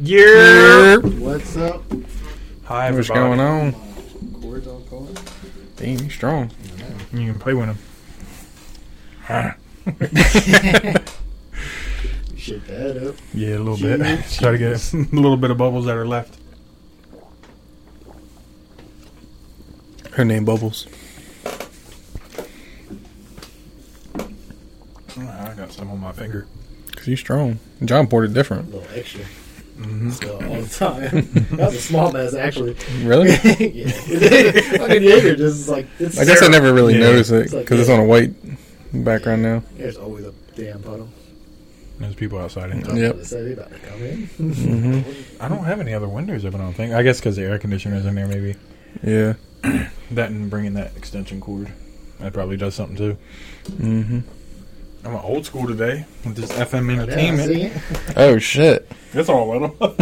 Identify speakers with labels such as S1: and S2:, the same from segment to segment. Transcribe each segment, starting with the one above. S1: Yeah.
S2: What's up?
S1: Hi,
S3: What's
S1: everybody.
S3: going on?
S2: Cords all calling.
S3: Damn, you strong.
S1: You can play with him.
S2: Shake that up.
S1: Yeah, a little bit.
S2: Jeez.
S1: Try to get a little bit of bubbles that are left.
S3: Her name Bubbles.
S1: Oh, I got some on my finger.
S3: Cause you strong. John Porter
S2: A
S3: different.
S2: little extra.
S1: Mm-hmm.
S2: So, all the time. that was a small mess, actually.
S3: Really?
S2: yeah. Fucking Jaeger just like it's
S3: I guess I never really
S1: Yeah.
S3: noticed it
S2: It's like,
S3: because it's
S2: yeah.
S3: on a white background now.
S2: There's always a damn puddle.
S1: There's people outside. In
S3: Yeah. Yep.
S2: So they about to come in.
S3: Mm-hmm.
S1: I don't have any other windows open. I don't think. I guess because the air conditioner's in there, maybe
S3: Yeah.
S1: that and bringing that extension cord. That probably does something too.
S3: Mm-hmm.
S1: I'm an old school today with this FM
S2: Yeah, I
S1: entertainment.
S2: see it.
S3: Oh shit.
S1: That's all little.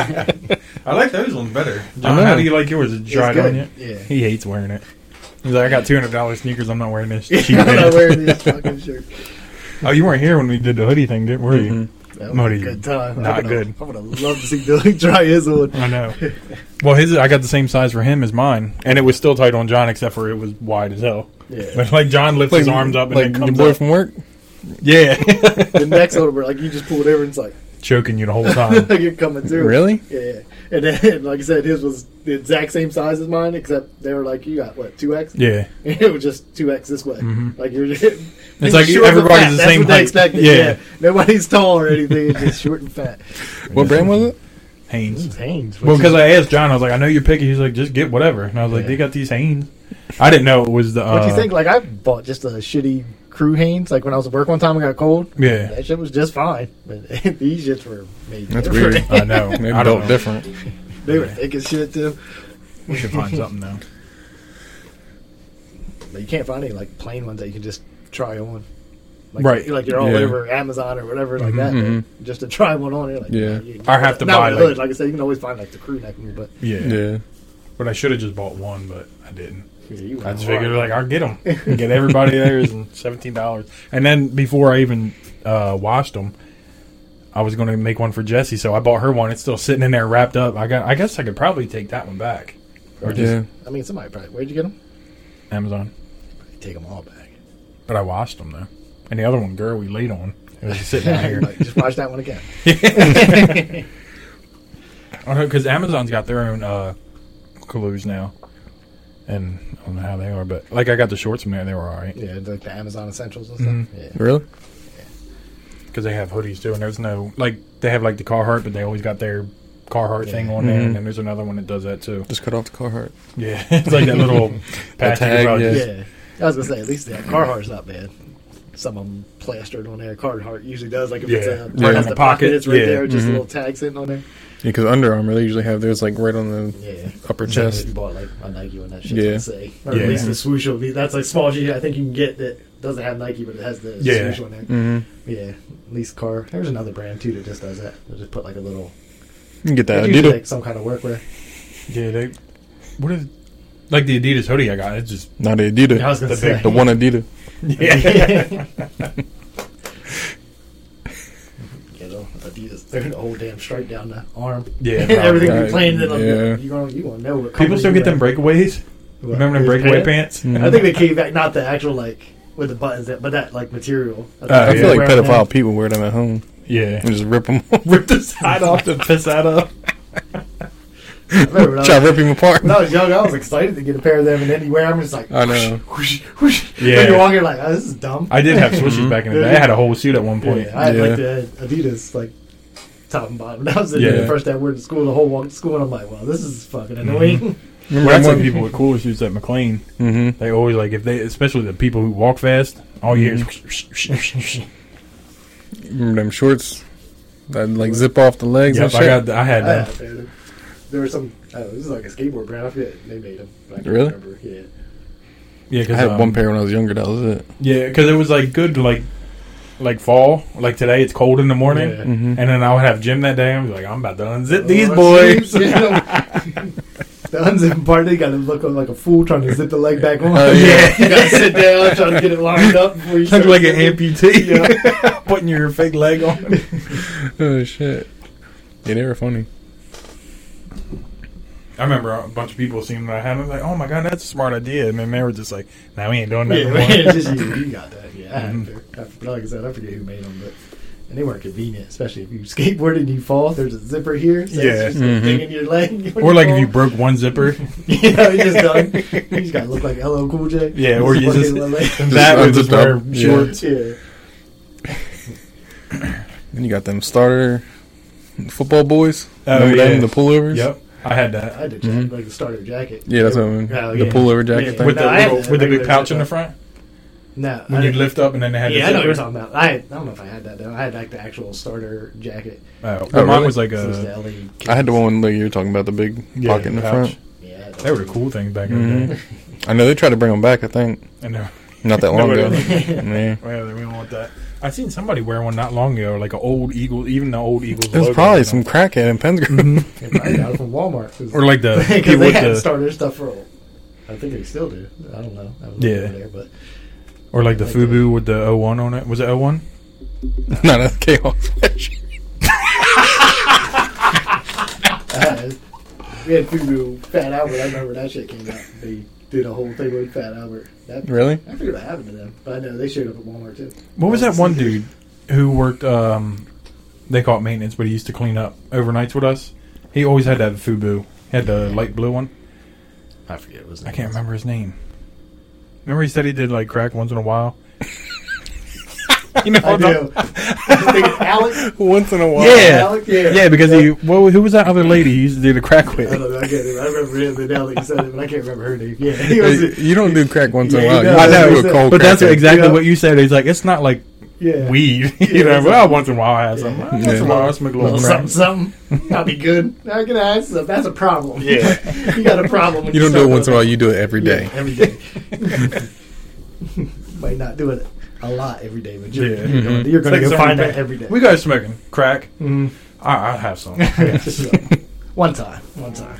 S1: I like those ones better. John,
S3: know.
S1: how do you like yours? Did you
S2: It's
S1: try it
S2: good.
S1: on yet?
S2: Yeah.
S1: He hates wearing it. He's like, I got two hundred dollars sneakers. I'm not wearing this cheap.
S2: I'm not
S1: pants."
S2: wearing this fucking shirt.
S1: oh, you weren't here when we did the hoodie thing, did were you?
S3: Mhm.
S2: That was
S1: Not
S2: a
S1: even-
S2: good time.
S1: not
S2: I would've-
S1: good.
S2: I would have loved to see Billy try his one.
S1: I know. Well, his I got the same size for him as mine, and it was still tight on John, except for it was wide as hell.
S2: Yeah.
S1: But like John lifts his arms up and
S3: like
S1: then
S3: your
S1: comes
S3: boy
S1: up.
S3: from work.
S1: Yeah,
S2: the next one where like you just pulled over and it's like
S1: choking you the whole time.
S2: you're coming through.
S3: Really?
S2: Yeah. And then, like I said, his was the exact same size as mine, except they were like, you got what, 2X?
S1: Yeah,
S2: it was just 2X this way. Like, you're just.
S1: Mm-hmm. It's like
S2: short and
S1: everybody's
S2: fat.
S1: the
S2: That's
S1: same
S2: what
S1: height.
S2: they expected.
S1: Yeah.
S2: Yeah. Nobody's tall or anything. It's just short and fat.
S3: What brand was it?
S1: Hanes.
S2: Hangs.
S1: Well, because I asked John, I was like, I know you're picky. He's like, just get whatever. And I was like,
S2: Yeah.
S1: they got these Hanes. I didn't know it was the. Uh,
S2: What do you think? Like, I bought just a shitty crew Hanes. Like, when I was at work one time, I got cold.
S1: Yeah,
S2: That shit was just fine. But these shits were made.
S3: That's
S2: different.
S3: weird.
S1: I know.
S3: They
S1: I don't know.
S3: built different.
S2: They were thick as shit, too.
S1: We should find something though.
S2: But you can't find any like plain ones that you can just try on. Like,
S1: Right. Mm-hmm.
S2: Like you're all
S3: Yeah.
S2: over Amazon or whatever like that.
S3: Mhm.
S2: Just to try one on, you're like,
S3: Yeah.
S2: nah, you-
S1: I have to
S2: not
S1: buy,
S2: with
S1: like-
S2: hood. Like I said, you can always find like the crew neck one, but
S1: Yeah.
S3: Yeah.
S1: but I should have just bought one, but I didn't.
S2: yeah, you
S1: I
S2: went
S1: just
S2: hard.
S1: figured like I'll get them, get everybody theirs, and seventeen dollars. And then before I even uh, washed them, I was going to make one for Jesse, so I bought her one. It's still sitting in there wrapped up. I got. I guess I could probably take that one back. Or just
S3: Yeah.
S2: I mean, somebody probably where'd you get them?
S1: Amazon.
S2: Take them all back.
S1: But I washed them though. And the other one, girl, we laid on. It was just sitting out here.
S2: Like, just watch that one again.
S1: I don't know because Amazon's got their own uh, colludes now, and I don't know how they are, but like I got the shorts from there. They were all right.
S2: Yeah, like the Amazon essentials and stuff. Yeah.
S3: Really?
S1: because they have hoodies too, and there's no like they have like the Carhartt, but they always got their Carhartt thing on there,
S3: Mhm.
S1: and then there's another one that does that too.
S3: Just cut off the Carhartt.
S1: Mm-hmm. Yeah, it's like that little patch. you
S3: tag,
S1: probably
S3: yeah.
S1: just-
S2: Yeah. I was gonna say at least that Carhartt's not bad. Some of them plastered on there. Carhartt usually does. Like if it's
S1: Yeah.
S2: a
S1: Yeah.
S2: it has
S1: In the
S2: the
S1: pocket.
S2: pocket, it's right
S1: Yeah.
S2: there. Just
S3: Mhm.
S2: a little tag sitting on there.
S3: Because Under Armour, they usually have theirs like right on the
S2: Yeah.
S3: upper
S2: Just
S3: chest.
S2: you bought like a Nike one that shit's
S3: Yeah.
S2: yeah. say. Or
S1: Yeah.
S2: at least the swoosh will be that's like small shit I think you can get that doesn't have Nike but it has the
S1: Yeah.
S2: swoosh on there.
S3: Mm-hmm.
S2: Yeah. At least car there's another brand too that just does that. They'll just put like a little
S3: You can get that
S2: it's usually,
S3: Adidas.
S2: like some kind of workwear.
S1: yeah. They what is like the Adidas hoodie I got? It's just
S3: Not the Adidas.
S2: I was gonna
S1: The
S2: say
S1: big-
S3: the one Adidas.
S1: yeah.
S2: You know, Adidas, they're the whole damn stripe down the arm.
S1: Yeah,
S2: and everything
S3: probably.
S2: you're playing, then like, you're
S3: Yeah.
S2: gonna you gonna know. What
S1: People
S2: company
S1: still
S2: you
S1: get them
S2: wear.
S1: breakaways.
S2: What,
S1: Remember them
S2: those
S1: breakaway
S2: pants?
S1: pants?
S2: I think they came back, not the actual like with the buttons, that, but that like material. I, think
S1: I
S3: I
S2: they
S3: feel Uh, like
S2: wear them now.
S3: pedophile people wear them at home
S1: Yeah.
S3: and just rip them. off.
S1: Rip the side off to piss that up.
S2: I remember when I was-
S3: Try to rip him apart.
S2: When I was young, I was excited to get a pair of them, and then you wear them, it's like,
S3: I know.
S2: whoosh, whoosh.
S1: Yeah.
S2: When you walk, you're like, oh, this is dumb.
S1: I did have swishes back in the day. I had a whole suit at one point.
S2: yeah, I had
S3: Yeah.
S2: like the Adidas, like top and bottom. That was the
S1: Yeah.
S2: first day I wore to school, the whole walk to school, and I'm like, wow, this is fucking
S3: Mm-hmm.
S2: annoying.
S1: Well, that's like people with cooler suits at McLean.
S3: hmm
S1: They always like if they, especially the people who walk fast all year.
S3: Mm-hmm. Remember them shorts that like zip off the legs
S1: Yep,
S3: and
S1: I
S3: shit?
S1: got. I had
S2: I
S1: that.
S2: had a pair of them. There was some, uh, this is like a skateboard brand. I forget they made them. but I can't
S3: Really?
S2: Remember. Yeah.
S1: Yeah,
S3: I
S1: cause,
S3: had
S1: um,
S3: one pair when I was younger. That was it.
S1: Yeah, because it was like good, to, like like fall. Like today, it's cold in the morning,
S2: Yeah.
S3: Mm-hmm.
S1: and then I would have gym that day. I'm like, I'm about to unzip these
S2: Oh,
S1: boys.
S2: shoot, yeah. The unzipping part, they got to look like a fool trying to zip the leg back on.
S3: Oh, yeah.
S2: you got to sit down, trying to get it lined up. Before you
S1: Look
S2: start
S1: like an
S2: zipping.
S1: amputee,
S2: Yeah.
S1: putting your fake leg on.
S3: Oh shit! Yeah, they were funny.
S1: I remember a bunch of people seeing that I had. I was like, "Oh my god, that's a smart idea!" And then they were just like, "Now nah, we ain't doing that."
S2: Yeah,
S1: no more."
S2: it's just you, you got that. Yeah, I
S1: Mm-hmm.
S2: had to- I, but like I said, I forget who made them, but and they weren't convenient, especially if you skateboard and you fall. There's a zipper here, so
S1: Yeah. Mm-hmm.
S2: it's just a thing in your leg. when
S1: Or like if you
S2: fall.
S1: broke one zipper,
S2: yeah, you just done. You just gotta look like LL Cool J.
S1: yeah, or you
S2: walk
S1: just
S2: in with a leg.
S1: that would just
S3: unzipped up.
S1: wear
S3: Yeah.
S1: shorts.
S2: yeah.
S3: Then you got them starter football boys.
S1: Oh,
S3: Remember them,
S1: yeah.
S3: the pullovers?
S1: Yep, I had that
S2: I had the jacket,
S1: Mm-hmm.
S2: like the starter jacket.
S3: Yeah, that's what I mean.
S2: Oh,
S3: the
S2: yeah.
S3: pullover
S2: Yeah.
S3: jacket thing.
S1: with
S2: No,
S1: the
S2: I had
S1: little,
S2: that
S1: with the big
S2: regular
S1: pouch in the
S2: zipper.
S1: front
S2: No,
S1: when
S2: I
S1: you
S2: didn't-
S1: lift up and then they had.
S2: Yeah,
S1: the
S2: I know what
S1: zipper.
S2: you're talking about. I, I don't know if I had that. Though. I had like the actual starter jacket.
S1: Oh,
S3: Oh,
S1: mine
S3: really?
S1: was like
S2: So it was
S1: a.
S2: the E LA
S3: I had the one like you were talking about, the big
S1: Yeah,
S3: pocket in the
S1: pouch. Mm-hmm.
S3: front. Mm-hmm.
S2: Yeah,
S1: They were the cool things back in the day.
S3: I know they tried to bring them back. I think
S2: Mm-hmm.
S1: I know.
S3: not that long ago.
S1: Nobody-
S3: yeah.
S1: Well, we don't want that. I seen somebody wear one not long ago, like an old Eagle, even the old Eagles.
S3: It was
S1: logo
S3: probably
S1: on
S3: some
S1: it.
S3: crackhead in Pensacola.
S1: Mm-hmm.
S2: They probably got it from Walmart. 'cause-
S1: or like the
S2: because
S1: people
S2: they
S1: with
S2: had
S1: the
S2: starter stuff for. I think they still do. I don't know. I was
S1: Yeah.
S2: over there, but
S1: or like the
S2: like
S1: Fubu with the 01 on it. Was it 01?
S3: no, that's chaos.
S2: uh, we had Fubu Fat Albert. I remember that shit came out. They did a whole thing with Fat Albert. That,
S3: really?
S2: I forget what happened to them, but I know they showed up at Walmart too.
S1: What was that one dude who worked? Um, they call it maintenance, but he used to clean up overnights with us. He always had that Fubu. He had the light blue one.
S2: I forget what was.
S1: I can't remember his name. Remember he said he did like crack once in a while. you know, what
S2: I
S1: I'm
S2: do. I think it's Alex.
S3: Once in a while.
S1: Yeah.
S2: Alex? Yeah.
S1: Yeah, because he. Well, who was that other lady he used to do the crack
S2: I
S1: with?
S2: don't know. I, can't remember. I remember him, but now that you said it, but I can't remember her name. Yeah, he
S3: Hey,
S2: was.
S3: You don't do crack once in a
S2: Yeah,
S3: while.
S2: he
S3: You
S2: does.
S3: just
S2: I
S3: do
S2: know,
S3: a
S2: so-
S3: cold
S1: But that's
S3: crack.
S1: exactly
S2: Yeah.
S1: what you said. He's like, it's not like
S2: Yeah,
S1: weed.
S2: Yeah,
S1: you know, well,
S2: exactly.
S1: once in a while I have something.
S3: Yeah.
S1: Once in a while I smoke a
S2: A little
S1: little
S2: something,
S1: crack.
S2: something. That'd be good. I can ask. them. That's a problem.
S1: Yeah.
S2: you got a problem. When
S3: You don't do it
S2: start
S3: once in
S2: doing
S3: a while. You do it every
S2: that.
S3: day.
S2: Yeah, every day. Might not do it a lot every day, but you're,
S1: Yeah.
S2: you're going
S3: Mm-hmm.
S2: to, you're
S1: It's
S2: going
S1: like
S2: to go
S1: someone
S2: find
S1: back-
S2: that every day.
S1: We go smoking crack.
S2: Mhm.
S1: I, I have some.
S2: So, one time, one time.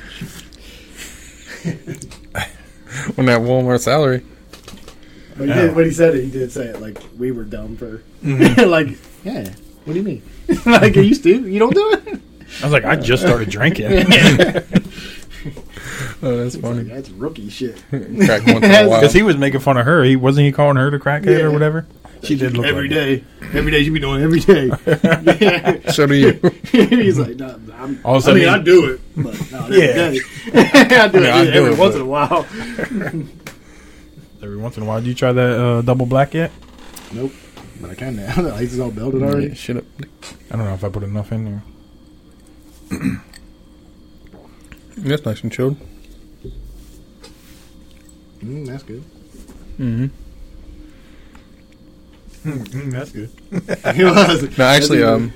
S3: On that Walmart salary.
S2: But he
S1: Yeah. Mm-hmm.
S2: did, when he said it, he did say it like we were dumb for like yeah. What do you mean? like you used to? You don't do it?
S1: I was like, I just started drinking.
S3: Oh, that's
S2: It's like,
S3: funny.
S2: that's rookie shit.
S3: Crack once in a while.
S1: Because he was making fun of her. He wasn't he calling her the crackhead
S2: Yeah.
S1: or whatever. She did look like
S2: Every
S1: that.
S2: day, every day you be doing it every day. Yeah.
S3: So do you.
S2: He's like, no, I'm,
S1: All of a
S2: I mean,
S1: sudden
S2: I
S1: he-
S2: do it, but not every
S1: Yeah.
S2: day. I do
S3: I mean,
S2: it
S3: I do
S2: every
S3: it,
S2: once
S3: but-
S2: in a while.
S1: Every once in a while, do you try that uh, double black yet?
S2: Nope, but I can now. The ice is all belted
S3: Yeah,
S2: already.
S3: shut up.
S1: I don't know if I put enough in there.
S3: That's nice and chilled.
S2: Mm, that's good.
S3: Mm-hmm.
S1: Hmm, that's good.
S2: It was.
S3: No, actually,
S2: That's-
S3: um,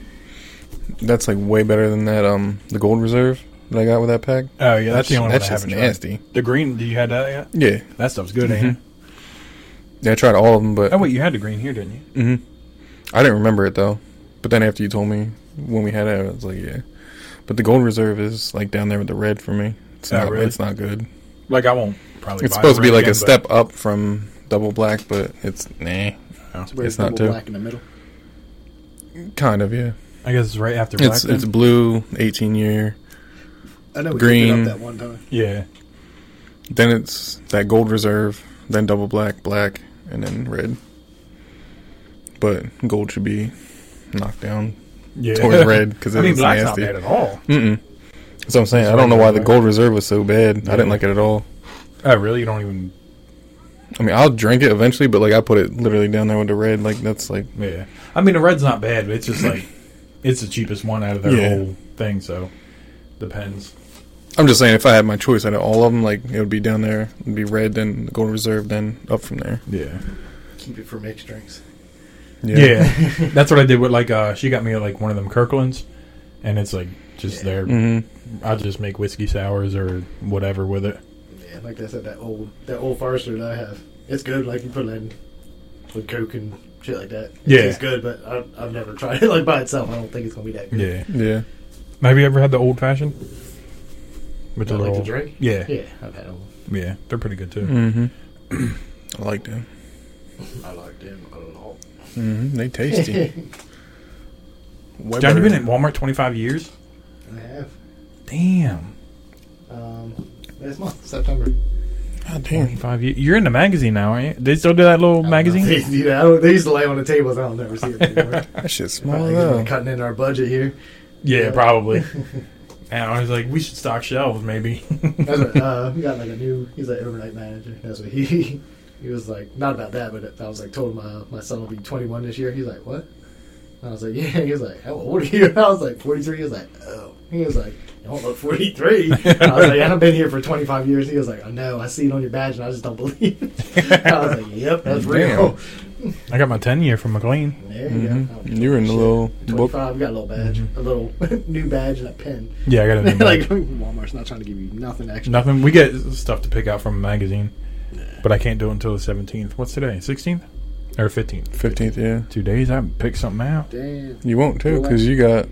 S3: that's like way better than that. Um, the gold reserve that I got with that pack.
S1: Oh yeah, that's the only
S3: That's
S1: one I
S3: just
S1: haven't tried.
S3: nasty. Mm-hmm.
S1: The green, do you had that yet?
S3: Yeah,
S1: That stuff's good, ain't it?
S3: yeah. I tried all of them, but
S1: Oh wait, you had the green here, didn't you?
S3: hmm I didn't remember it though. But then after you told me when we had it, I was like, yeah. But the gold reserve is like down there with the red for me. It's
S1: Oh,
S3: not.
S1: really?
S3: It's not good.
S1: Like I won't probably.
S3: it's
S1: buy
S3: supposed to
S1: the
S3: be
S1: red
S3: like a
S1: again, but-
S3: step up from double black, but it's nah.
S2: where
S3: it's not
S2: double
S3: too.
S2: black in the middle.
S3: Kind of, yeah.
S1: I guess it's right after black.
S3: It's
S1: then.
S3: it's blue, eighteen year.
S2: I know we
S3: Green.
S2: green. up that one time.
S1: yeah.
S3: Then it's that gold reserve, then double black, black, and then red. But gold should be knocked down
S1: Yeah.
S3: towards red because
S1: I
S3: it's
S1: mean, black's
S3: nasty.
S1: not bad at all.
S3: Mm-mm. That's what I'm saying. I don't know why the gold reserve was so bad. I didn't like it at all.
S1: Oh really? You don't even.
S3: I mean, I'll drink it eventually, but like I put it literally down there with the red. Like that's like
S1: Yeah. I mean, the red's not bad, but it's just like it's the cheapest one out of their
S3: Yeah.
S1: whole thing. So depends.
S3: I'm just saying. If I had my choice out of all of them, like it would be down there. It'd be red, then gold reserve, then up from there.
S1: Yeah.
S2: Keep it for mixed drinks.
S1: Yeah, that's what I did with like uh she got me like one of them Kirklands, and it's like just there.
S3: Mm-hmm.
S1: I just make whiskey sours or whatever with it.
S2: Yeah, like I said, that old that old Forester that I have, it's good. Like you put it in with Coke and shit like that. It
S1: Yeah.
S2: tastes good, but I, I've never tried it like by itself. I don't think it's gonna be that good.
S1: Yeah.
S3: Yeah.
S1: Have you ever had the old fashioned? With
S2: Not like the drink.
S1: Yeah, yeah, Mm.
S2: Yeah, I've had them.
S1: they're pretty good too.
S3: Mm-hmm. I like them.
S2: I like them a lot.
S3: Mm-hmm. They tasty. Way
S1: John,
S3: better
S1: you've been at
S3: than-
S1: Walmart twenty five years.
S2: I have.
S1: Damn.
S2: Um, last month, September.
S3: God damn.
S1: 25 years. You're in the magazine now, aren't you? They still do that little magazine?
S2: They, you know, I don't, they used to lay on the tables. I don't never see it anymore.
S3: That shit's small
S2: Probably 'cause we're
S3: though.
S2: cutting in our budget here.
S1: Yeah,
S2: Yeah.
S1: probably. and I was like, we should stock shelves, maybe.
S2: That's what, uh, we got like a new. He's like overnight manager. That's what he. He was like not about that, but I was like told my my son will be 21 this year. He's like what? And I was like yeah. He was like how old are you? I was like 43. He was like oh. He was like you don't look 43. I was like "And I've been here for 25 years. He was like I know. I see it on your badge, and I just don't believe. It. I was like yep, that's
S3: Damn.
S2: real.
S1: I got my 10 year from McLean.
S2: There you go.
S1: Mm-hmm.
S3: Mhm. You were in the little
S2: 25.
S3: book.
S2: Got a little badge, a little new badge, and a pen.
S1: Yeah, I got a new like,
S2: like Walmart's not trying to give you nothing extra.
S1: Nothing. We get stuff to pick out from a magazine, but I can't do it until the 17th. What's today? 16th? Or 15th?
S3: 15th, yeah.
S1: Two days. I haven't picked something out.
S2: Damn.
S3: You won't too, because you got.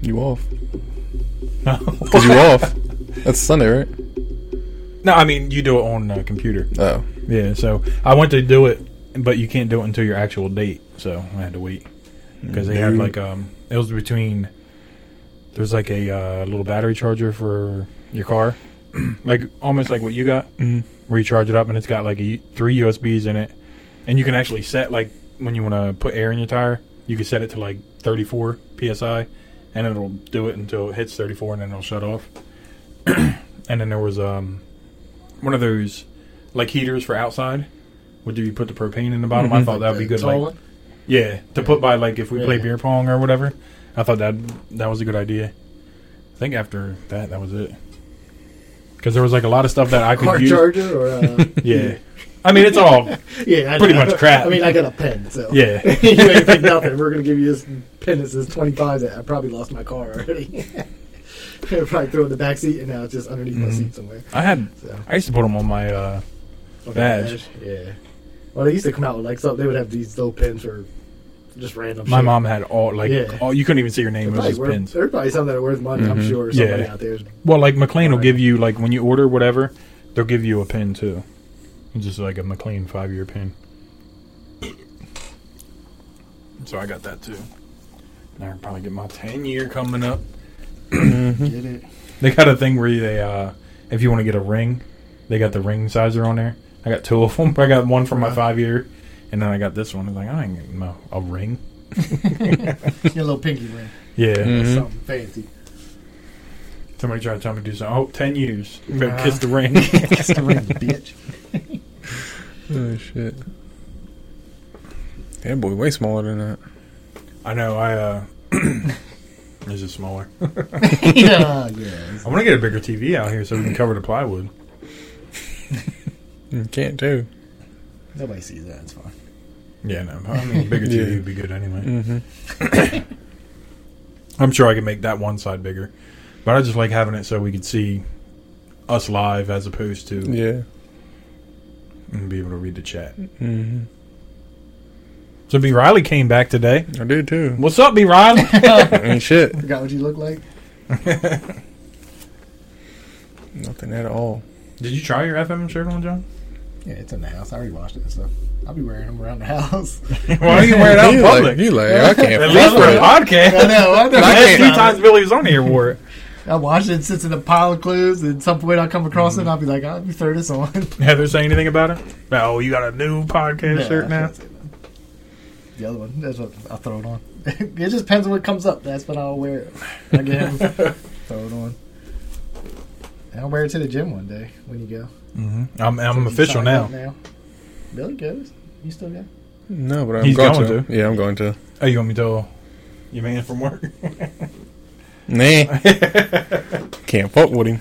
S3: You off. Because you off. That's Sunday, right?
S1: no, I mean, you do it on a computer.
S3: Oh.
S1: Yeah, so I went to do it, but you can't do it until your actual date. So I had to wait because they had
S3: Dude.
S1: like um, it was between there's like a uh, little battery charger for your car, like almost like what you got,
S3: Mhm.
S1: where you charge it up and it's got like a, three USBs in it, and you can actually set like when you want to put air in your tire, you can set it to like 34 psi, and it'll do it until it hits 34, and then it'll shut off. and then there was um one of those like heaters for outside. Would you put the propane in the bottom? I
S3: Mhm.
S1: thought that'd be
S2: Mm-hmm. The
S1: good.
S2: tall
S1: Like,
S2: one?
S1: yeah, to put by like if we play
S2: Yeah.
S1: beer pong or whatever. I thought that that was a good idea. I think after that, that was it. Because there was like a lot of stuff that I could
S2: car
S1: use.
S2: charger or uh,
S1: Yeah, I mean it's all
S2: yeah, I
S1: Pretty much crap.
S2: I mean, I got a pen, so
S1: Yeah.
S2: you ain't picked nothing. We're gonna give you this pen that says twenty five. That I probably lost my car already. I probably threw it in the back seat, and now it's just underneath my
S1: Mhm.
S2: seat somewhere.
S1: I had.
S2: So
S1: I used to put them on my. uh
S2: okay,
S1: Badge.
S2: yeah. Well, they used to come out with like something. They would have these little pens for just random.
S1: My
S2: shit.
S1: mom had all like
S2: Yeah.
S1: all. You couldn't even see your
S2: They're
S1: name. It was
S2: Probably
S1: just
S2: worth,
S1: pins.
S2: they're probably something that are worth money. I'm
S3: Mhm.
S2: sure somebody
S1: Yeah. Mm-hmm.
S2: out there is
S1: Well, like McLean will
S2: Right.
S1: give you like when you order whatever, they'll give you a pin too, It's just like a McLean five year pin. So I got that too. And I can probably get my ten year coming up.
S2: get it.
S1: They got a thing where they, uh, if you want to get a ring, they got the ring sizer on there. I got two of them. I got one for my
S2: Wow.
S1: five year, and then I got this one. I'm like, I ain't getting no, a ring.
S2: Get a little pinky ring,
S1: Yeah.
S3: Mhm.
S2: something fancy.
S1: Somebody tried to tell me to do something. Oh, 10 years. You better
S2: Nah.
S1: kiss the ring.
S2: That's the ring, bitch.
S3: Oh shit. That boy way smaller than that.
S1: I know. I uh, this is smaller.
S2: yeah, yeah.
S1: I want to get a bigger TV out here so we can cover the plywood.
S3: You Mm, can't do.
S2: Nobody sees that. It's fine.
S1: Yeah, no. I mean, bigger
S3: Yeah.
S1: TV would be good anyway.
S3: Mm-hmm.
S1: I'm sure I can make that one side bigger, but I just like having it so we could see us live as opposed to
S3: Yeah.
S1: and be able to read the chat.
S3: hmm
S1: So B Riley came back today.
S3: I do too.
S1: What's up, B Riley?
S3: Ain't shit.
S2: Forgot what you look like.
S3: Nothing at all.
S1: Did you try your FM shirt on, John?
S2: Yeah, it's in the house. I already washed it, so I'll be wearing them around the house.
S1: Why are you wearing it out
S3: He
S1: in
S3: like-
S1: public?
S3: he like, I can't.
S1: At least for a
S3: fuck
S2: I
S1: podcast.
S2: know. I know.
S1: The
S3: I
S1: last
S3: can't-
S1: few times Billy was on here wore it.
S2: I wash it. It sits in a pile of clues, and at some point I'll come across it. and I'll be like, I'll be throw this on.
S1: Heather say anything about it? No, you got a new podcast
S2: Nah,
S1: shirt
S2: I
S1: now.
S2: can't say nothing. The other one. That's what I'll throw it on. it just depends on what comes up. That's when I'll wear it. Again, throw it on. And I'll wear it to the gym one day when you go.
S1: hmm I'm, I'm
S2: You
S1: official
S2: sign up
S1: now.
S2: Billy goes. You still go?
S3: it. No, but I'm
S1: He's
S3: going,
S1: going
S3: to. Yeah, I'm going to.
S1: Oh, you want me to tell your man from work?
S3: Nah. can't fuck with him.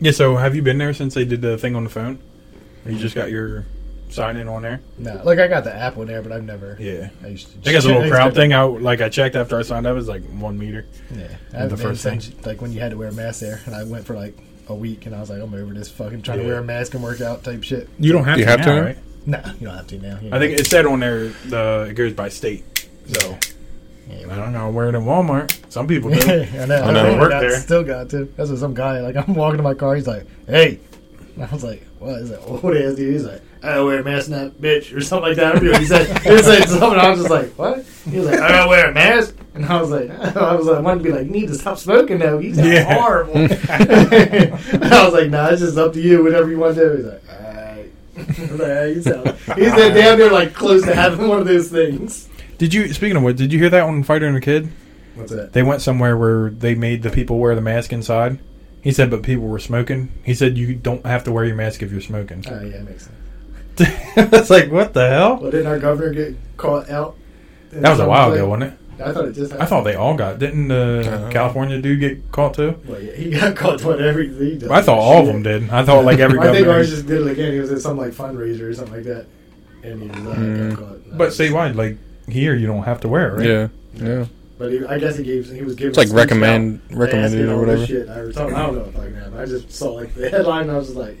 S1: yeah. So, have you been there since they did the thing on the phone? You just got your sign in on there.
S2: No. Like I got the app on there, but I've never.
S1: Yeah.
S2: I used to.
S1: They got a
S2: I
S1: little
S2: used to-
S1: crowd thing. I like I checked after I signed up. It's like one meter.
S2: Yeah, I
S1: The
S2: haven't been
S1: first thing.
S2: since like when you had to wear a mask there, and I went for like a week, and I was like, I'm over this fucking trying
S1: Yeah.
S2: to wear a mask and work out type shit.
S1: You don't have
S3: You
S1: to
S3: have
S1: now,
S3: to?
S1: right?
S2: Nah, you don't have to now. You
S1: I think
S2: know.
S1: it said on there the it goes by state. So
S2: Yeah,
S1: I don't know. I wear it in Walmart. Some people do.
S2: I know.
S3: I
S2: I
S3: know.
S2: know.
S1: Work
S2: I
S1: there.
S2: still got to. That's what some guy like. I'm walking to my car. He's like, "Hey," and I was like, "What is that old ass dude?" He's like, "I don't wear a mask, now, bitch," or something like that. I don't know what he said. He said something. I was just like, "What?" He was like, I don't wear a mask. And I was like, I was like, I wanted to be like, you need to stop smoking though. You sound
S1: Yeah.
S2: horrible. I was like, nah, it's just up to you. Whatever you want to do. He's like, alright. I was like, "Alright, you sound-" He's that damn near like close to having one of those things.
S1: Did you? Speaking of what, did you hear that one? Fighter and a Kid.
S2: What's that?
S1: They went somewhere where they made the people wear the mask inside. He said, but people were smoking. He said, you don't have to wear your mask if you're smoking.
S2: Oh yeah, makes sense.
S1: it's like what the hell?
S2: Well, didn't our governor get caught out?
S1: That was a while ago, wasn't it?
S2: I thought it just. Happened.
S1: I thought they all got. Didn't the
S3: Uh-huh.
S1: California dude get caught too?
S2: Well, yeah, he got caught doing everything. He does
S1: I thought
S2: that
S1: all of them
S2: shit.
S1: did. I thought like every
S2: I think
S1: governor.
S2: ours just did it again. He was at some like fundraiser or something like that, and he was uh,
S3: Mm.
S2: got caught.
S1: Hmm. But statewide, like here, you don't have to wear it, right?
S3: Yeah, yeah.
S2: But he, I guess he gave. He was giving.
S3: It's like
S2: a speech
S3: recommend
S2: about
S3: recommended
S2: masking
S3: or
S2: all this
S3: whatever.
S2: Shit. I, was talking, I don't know if like that. But I just saw like the headline. and I was just like,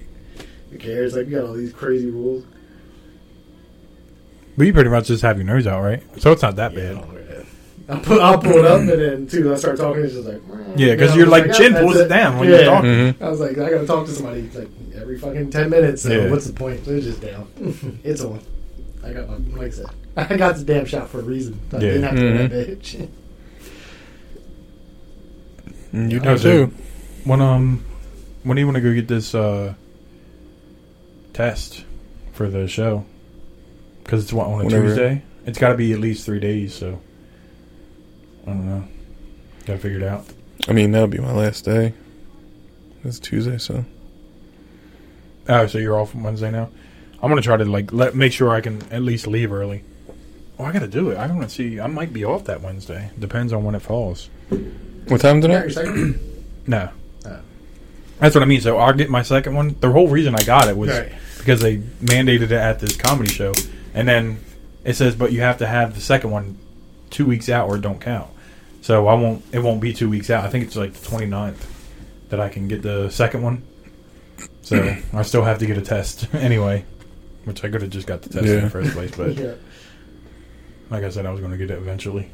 S2: who cares? Like we got all these crazy rules.
S1: But you pretty much just have your nose out, right? So it's not that
S2: Yeah, I
S1: bad.
S2: don't wear that. I put I pulled up and then too. I start talking. It's just like
S1: Yeah,
S2: you know,
S1: because you're
S2: it's
S1: like
S2: yeah,
S1: chin
S2: that's
S1: pulls it down when
S2: yeah.
S1: you're talking.
S3: Mm-hmm.
S2: I was like, I gotta talk to somebody like every fucking ten minutes. So
S1: Yeah.
S2: what's the point? They're just down. it's on. I got my like I said, I got this damn shot for a reason. I
S1: Yeah.
S2: didn't have to mm
S3: Mhm.
S2: that bitch.
S3: Mm, You
S1: I
S3: do
S1: was a-
S3: too.
S1: When um, when do you want to go get this uh test for the show? Because it's what on a
S3: Whenever.
S1: Tuesday. It's got to be at least three days. So I don't know. Got to figure it out.
S3: I mean, that'll be my last day. It's Tuesday, so
S1: Oh, so you're off Wednesday now. I'm gonna try to like let make sure I can at least leave early. Oh, I gotta do it. I want to see. I might be off that Wednesday. Depends on when it falls.
S3: what time
S2: You got your
S3: tonight?
S2: second?
S1: No.
S2: Oh.
S1: That's what I mean. So I'll get my second one. The whole reason I got it was
S2: Right.
S1: because they mandated it at this comedy show, and then it says, but you have to have the second one two weeks out or it don't count. So I won't. It won't be two weeks out. I think it's like the 29th that I can get the second one. So I still have to get a test anyway, which I could have just got the test in
S3: Yeah.
S1: the first place. But
S2: yeah.
S1: like I said, I was going to get it eventually.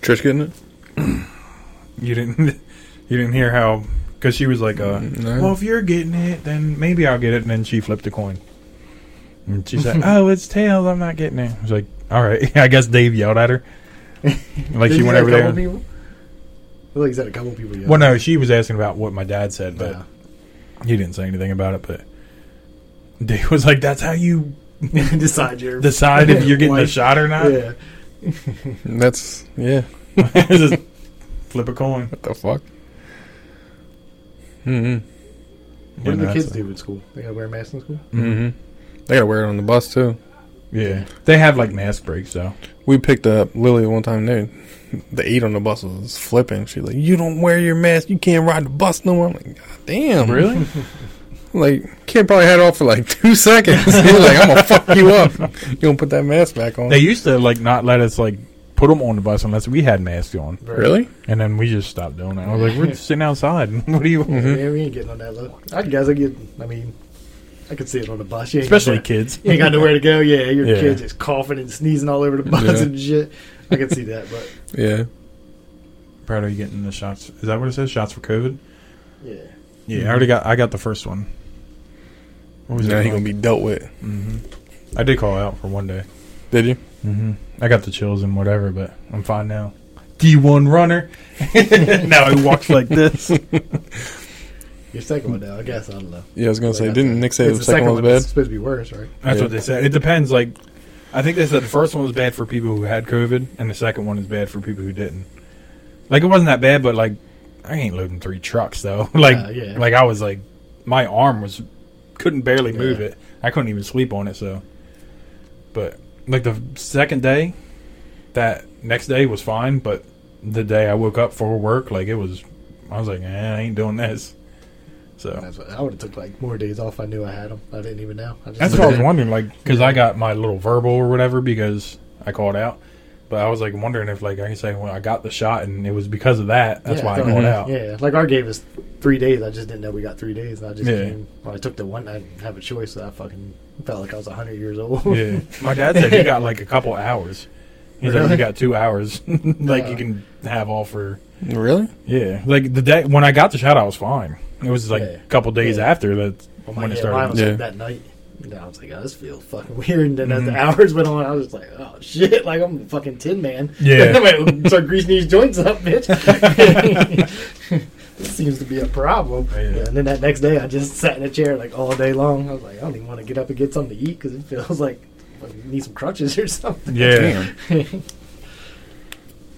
S3: Trish getting it?
S1: You didn't. You didn't hear how because she was like, uh,
S2: Mm-hmm.
S3: No.
S1: "Well, if you're getting it, then maybe I'll get it." And then she flipped a coin, and she said, "Oh, it's tails. I'm not getting it." I was like, "All right." I guess Dave yelled at her. Like
S2: Did
S1: she
S2: you
S1: went
S2: say
S1: over
S2: a couple
S1: there.
S2: People? I feel like you said a couple people. Yeah.
S1: Well, no, she was asking about what my dad said, but
S2: Yeah.
S1: he didn't say anything about it. But Dave was like, "That's how you
S2: decide your
S1: decide if you're getting a
S2: Wife.
S1: shot or not."
S2: Yeah.
S3: That's yeah.
S1: Just flip a coin.
S3: What the fuck? Mm-hmm.
S2: What
S1: Yeah,
S2: do the
S1: no,
S2: kids
S1: that's-
S2: do in school? They gotta wear masks in school.
S3: Mm-hmm. They gotta wear it on the bus too.
S1: Yeah, they have like mask breaks though.
S3: We picked up Lily one time. There, the eight on the bus was flipping. She's like, "You don't wear your mask. You can't ride the bus no more." I'm like, "God damn!"
S1: Really?
S3: Like, kid probably had it off for like two seconds. he was like, "I'm gonna fuck you up. You gonna put that mask back on?"
S1: They used to like not let us like put them on the bus unless we had masks on,
S3: really?
S1: and then we just stopped doing it. I was like, we're just sitting outside. what do you?
S3: Mhm.
S2: Yeah, we ain't getting on that low. I guys, I get. I mean, I could see it on the bus. You ain't
S1: Especially
S2: gotta-
S1: kids.
S2: You ain't got nowhere to go. Yeah, your
S1: Yeah.
S2: kid just coughing and sneezing all over the bus
S3: Yeah.
S2: and shit. I can see that, but
S3: Yeah.
S1: Proud of you getting the shots. Is that what it says? Shots for COVID.
S2: yeah.
S1: Yeah, I already
S2: Mm-hmm.
S1: got. I got the first one. What was
S3: Now
S1: it?
S3: he gonna be dealt with.
S1: hmm I did call out for one day.
S3: Did you?
S1: hmm
S2: Mm-hmm.
S1: I got the chills and whatever, but I'm fine now. D1 runner. now he walks like this.
S2: Your second one, though, I guess I don't know.
S3: Yeah, I was gonna say. Didn't Nick say
S2: It's
S3: the second one
S2: that's
S3: was bad?
S2: supposed to be worse, right?
S1: That's
S3: Yeah.
S1: what they said. It depends. Like, I think they said the first one was bad for people who had COVID, and the second one is bad for people who didn't. Like, it wasn't that bad, but like, I ain't loading three trucks though. like,
S2: Uh, yeah.
S1: like I was like, my arm was couldn't barely move
S2: Yeah.
S1: it. I couldn't even sleep on it. So, but like the second day, that next day was fine, but the day I woke up for work, like it was, I was like, eh, I ain't doing this. So
S3: Oh.
S2: That's what, I would have took like more days off. I knew I had them. I didn't even know. I just
S1: that's what I was wondering, like, because I got my little verbal or whatever because I called out. But I was like wondering if, like, I can say, well, I got the shot and it was because of that. That's
S2: Yeah,
S1: why I
S2: thought-
S1: called out.
S2: Yeah, like our game is three days. I just didn't know we got three days, and I just
S1: Yeah.
S2: came. Well, I took the one. I didn't have a choice. So I fucking felt like I was hundred years old.
S1: Yeah. my dad said he got like a couple hours. He's like,
S2: Really?
S1: you got two hours, like
S2: Yeah.
S1: you can have all for
S3: Really?
S1: yeah. Like the day when I got the shot, I was fine. It was like
S2: Yeah.
S1: a couple days
S2: Yeah.
S1: after that
S2: Well, my
S1: when it
S2: yeah, mine
S1: started.
S2: was
S3: Yeah.
S2: like that night. And I was like, oh, this feels fucking weird. And then as
S1: Mm-hmm.
S2: the hours went on, I was just like, oh shit, like I'm a fucking tin man.
S1: Yeah.
S2: Wait, Start greasing these joints up, bitch. this seems to be a problem.
S1: Oh, Yeah.
S2: And then that next day, I just sat in a chair like all day long. I was like, I don't even want to get up and get something to eat because it feels like I need some crutches or something.
S1: Yeah,
S3: Damn.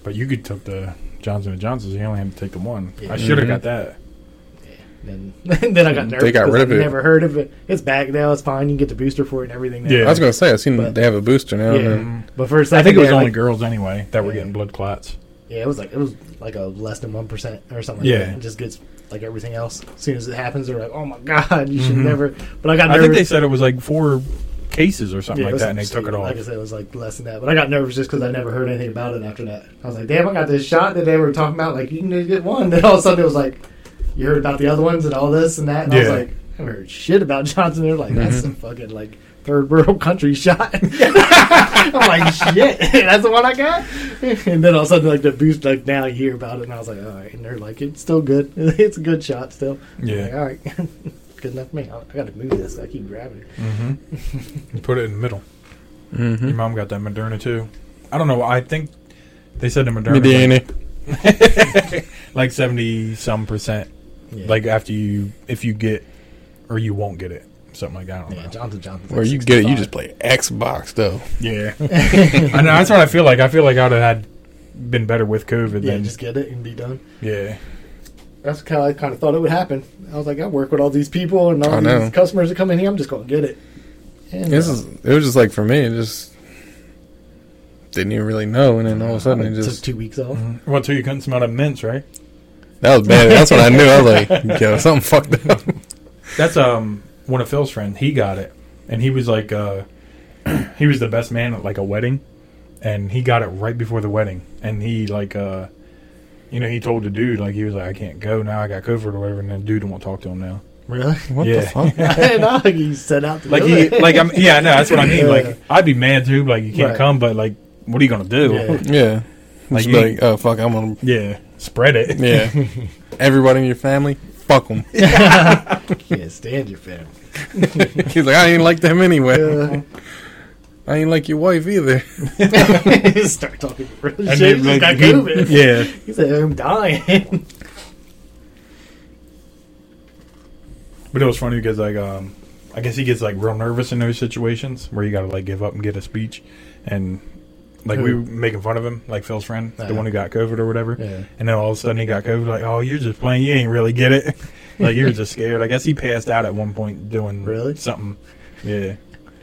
S1: but you could took the Johnson and Johnson's. You only had to take the one.
S2: Yeah. Mm-hmm.
S1: I should have
S3: Mhm.
S1: got that.
S2: And then, then I got nervous.
S3: They got
S2: 'cause
S3: rid
S2: I
S3: of it.
S2: Never heard of it. It's back now. It's fine. You can get the booster for it and everything. Now.
S1: Yeah. Mm-hmm.
S3: I was gonna say I seen
S2: But-
S3: they have a booster now.
S2: Yeah.
S3: and-
S2: But for a
S1: I
S2: second,
S1: think it was
S2: there,
S1: only
S2: like,
S1: girls anyway that were
S2: Yeah.
S1: getting blood clots.
S2: Yeah, it was like it was like a less than one percent or something.
S1: Yeah.
S2: like that. it just gets like everything else. As soon as it happens, they're like, "Oh my god, you should never." But I got
S1: Mm-hmm. I
S2: nervous.
S1: think they said it was like four cases or something
S2: Yeah, it
S1: like
S2: was
S1: that, and they
S2: stupid.
S1: took it off.
S2: Like I said, it was like less than that. But I got nervous just because I never heard anything about it after that. I was like, "Damn, I got this shot that they were talking about. Like, you can just get one." Then all of a sudden, it was like, "You heard about the other ones and all this and that." And I
S1: Yeah. Mm-hmm.
S2: was like, "I haven't heard shit about Johnson." They're like, "That's some fucking like." Third world country shot. I'm like, shit, that's the one I got. And then all of a sudden, like the boost, like now you hear about it, and I was like, all right. And they're like, it's still good. It's a good shot still. I'm
S1: Yeah.
S2: like, all right, good enough for me. I, I got to move this. I keep grabbing it.
S1: Mm-hmm. Hmm? you put it in the middle.
S3: Mhm.
S1: Your mom got that Moderna too. I don't know. I think they said the Moderna
S3: Medina.
S1: like- like seventy some percent.
S2: Yeah.
S1: Like after you, if you get or you won't get it, something like that. I don't
S2: Oh, Yeah,
S1: know.
S2: Johnson Johnson's.
S3: Where
S2: like
S3: you get it, you
S2: 65.
S3: just play Xbox though.
S1: Yeah, I know. That's what I feel like. I feel like I'd have had been better with COVID
S2: yeah,
S1: than
S2: just get it and be done.
S1: yeah.
S2: That's kind of I kind of thought it would happen. I was like, I work with all these people and all
S3: I
S2: these
S3: know.
S2: customers that come in here. I'm just going to get it. And,
S3: This
S2: uh,
S3: is it was just like for me, it just didn't even really know, and then all of a sudden it
S2: took
S3: just Mm-hmm.
S2: two weeks off.
S1: Mhm. Well, too, you couldn't smell that mints, right?
S3: that was bad. That's when I knew I was like, yo, something fucked up.
S1: That's um one of Phil's friends. He got it, and he was like, uh he was the best man at like a wedding, and he got it right before the wedding, and he like, uh you know, he told the dude like he was like, I can't go now. I got COVID or whatever, and the dude won't talk to him now.
S2: Really?
S3: What
S1: Yeah.
S3: the fuck?
S2: and I think he set out to
S1: Like
S2: do
S1: he,
S2: it.
S1: like I'm, yeah, I know that's what I mean.
S2: Yeah.
S1: Like I'd be mad too. Like you can't
S2: Right.
S1: come, but like, what are you gonna do?
S2: Yeah.
S3: Yeah,
S1: Like
S3: just
S1: you-
S3: be like, oh fuck, I'm gonna
S1: Yeah, spread it.
S3: yeah. Everybody in your family, fuck them.
S2: can't stand your family.
S3: He's like, I ain't like them anyway.
S2: Yeah.
S1: Uh-huh.
S3: I ain't like your wife either.
S2: Start talking real
S1: And then,
S2: shit. He just
S1: like,
S2: got
S1: he-
S2: COVID.
S1: yeah.
S2: He said, I'm dying.
S1: But it was funny because like um, I guess he gets like real nervous in those situations where you gotta like give up and get a speech, and like we
S2: Who?
S1: were making fun of him, like Phil's friend,
S2: Uh-huh.
S1: the one who got COVID or whatever.
S2: Yeah.
S1: And then all of a sudden he got COVID. Like, oh, you're just playing. You ain't really get it. like you're just scared. I guess he passed out at one point doing
S2: Really?
S1: something. Yeah,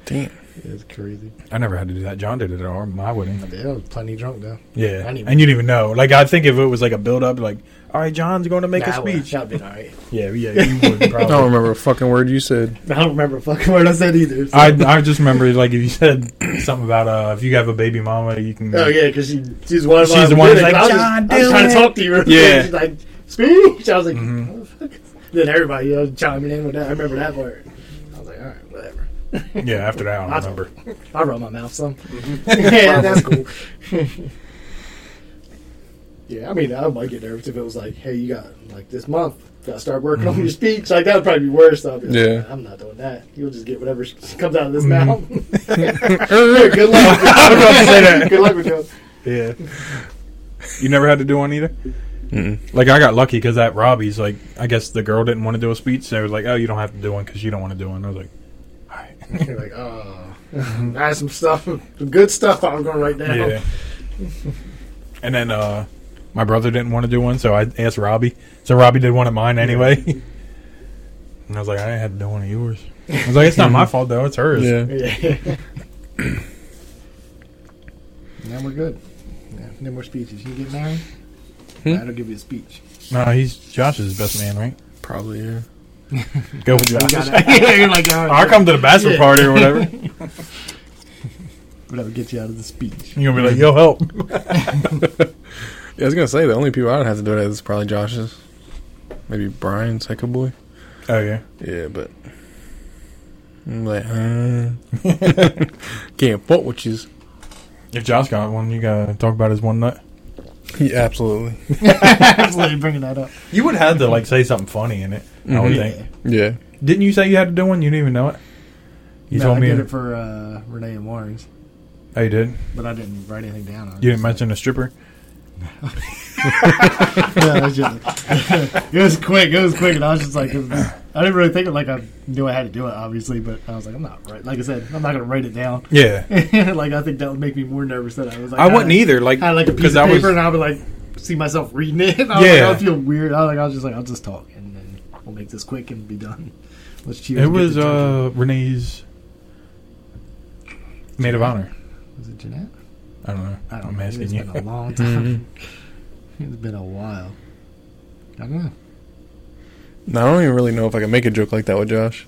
S3: Damn.
S2: It's crazy.
S1: I never had to do that. John did it at our my wedding.
S2: Yeah, I was plenty drunk though.
S1: Yeah,
S2: I
S1: and you
S2: didn't-
S1: didn't even know. Like I think if it was like a build up, like all right, John's going to make
S2: Nah, I
S1: a
S2: would've-
S1: speech.
S2: I'd been all right.
S1: Yeah, yeah, you would
S3: I don't
S1: probably.
S3: remember a fucking word you said.
S2: I don't remember a fucking word I said either. so-
S1: I I just remember like if you said something about uh if you have a baby mama you can
S2: Oh yeah, because she she's one. Of
S1: She's
S2: my
S1: the one
S2: women.
S1: that's like,
S2: I was,
S1: "John,
S2: I was
S1: do
S2: trying
S1: it."
S2: to talk to you.
S1: Yeah.
S2: she's like speech. I was like,
S1: Mhm.
S2: "What the fuck?" then everybody you know, chiming in with that. I remember that word. I was like, all right, whatever.
S1: Yeah, after that, I don't
S2: I don't-
S1: remember.
S2: I run my mouth some.
S1: Mm-hmm.
S2: yeah, that's cool. yeah, I mean, I might get nervous if it was like, hey, you got like this month, got to start working
S1: Mm-hmm.
S2: on your speech. Like that would probably be worse. I'd be like,
S3: Yeah.
S2: I'm not doing that. You'll just get whatever comes out of this
S1: Mhm.
S2: mouth.
S3: Er,
S2: Good luck.
S1: I was about to say that.
S2: Good luck with you.
S1: Yeah. You never had to do one either?
S3: Mm-mm.
S1: Like, I got lucky because at Robbie's, like, I guess the girl didn't want to do a speech. So they were like, oh, you don't have to do one because you don't want to do one. I was like, all right.
S2: You're like, oh, I had some stuff, some good stuff I was going to write down.
S1: Yeah. and then uh, my brother didn't want to do one, so I asked Robbie. So Robbie did one of mine anyway. and I was like, I had to do one of yours. I was like, it's not my fault, though. It's hers.
S3: yeah.
S2: Yeah. now we're good. Yeah, no more speeches. You get married,
S3: Hmm?
S2: I don't give you a speech.
S1: No, he's Josh's best man, right?
S3: Probably yeah.
S1: Go with
S2: You
S1: Josh.
S2: gotta, you're like, "Oh, all
S1: I'll
S2: right,
S1: come to the bachelor
S2: Yeah.
S1: party or whatever.
S2: whatever gets you out of the speech.
S1: You're going to be like, yo, help.
S3: Yeah, I was gonna say the only people I'd have to do that is probably Josh's, maybe Brian, Psycho Boy.
S1: Oh, yeah.
S3: Yeah, but I'm like, huh? can't fault what you.
S1: If Josh got one, you gotta talk about his one nut.
S3: Yeah, absolutely.
S2: Absolutely bringing that up.
S1: You would have to like say something funny in it. I would
S3: Mhm.
S1: think.
S3: Yeah,
S1: Didn't you say you had to do one? You didn't even know it. You
S2: no,
S1: told
S2: I
S1: me.
S2: did it for uh, Renee and Warren's,
S1: oh, you did.
S2: but I didn't write anything down. On
S1: You
S2: it.
S1: didn't mention a stripper.
S2: No, it, was just- it was quick. It was quick, and I was just like, I didn't really think of like I knew I had to do it, obviously, but I was like, I'm not right. Like I said, I'm not gonna write it down.
S1: Yeah,
S2: like I think that would make me more nervous than I was. Like,
S1: I wouldn't
S2: had-
S1: either. Like
S2: had like a piece
S1: because
S2: of
S1: I
S2: paper,
S1: was.
S2: and I would like see myself reading it. And I
S1: Yeah.
S2: was like, I feel weird. I was like, I was just like, I'll just talk, and then we'll make this quick and be done. Let's cheers.
S1: It
S2: and get
S1: was
S2: to drinking.
S1: uh, Renee's maid of honor.
S2: was it Jeanette?
S1: I don't know.
S2: I don't
S1: uh, I'm
S2: know. It's
S1: asking
S2: been a
S1: you.
S2: long time. it's been a while. I don't know.
S3: Now, I don't even really know if I can make a joke like that with Josh.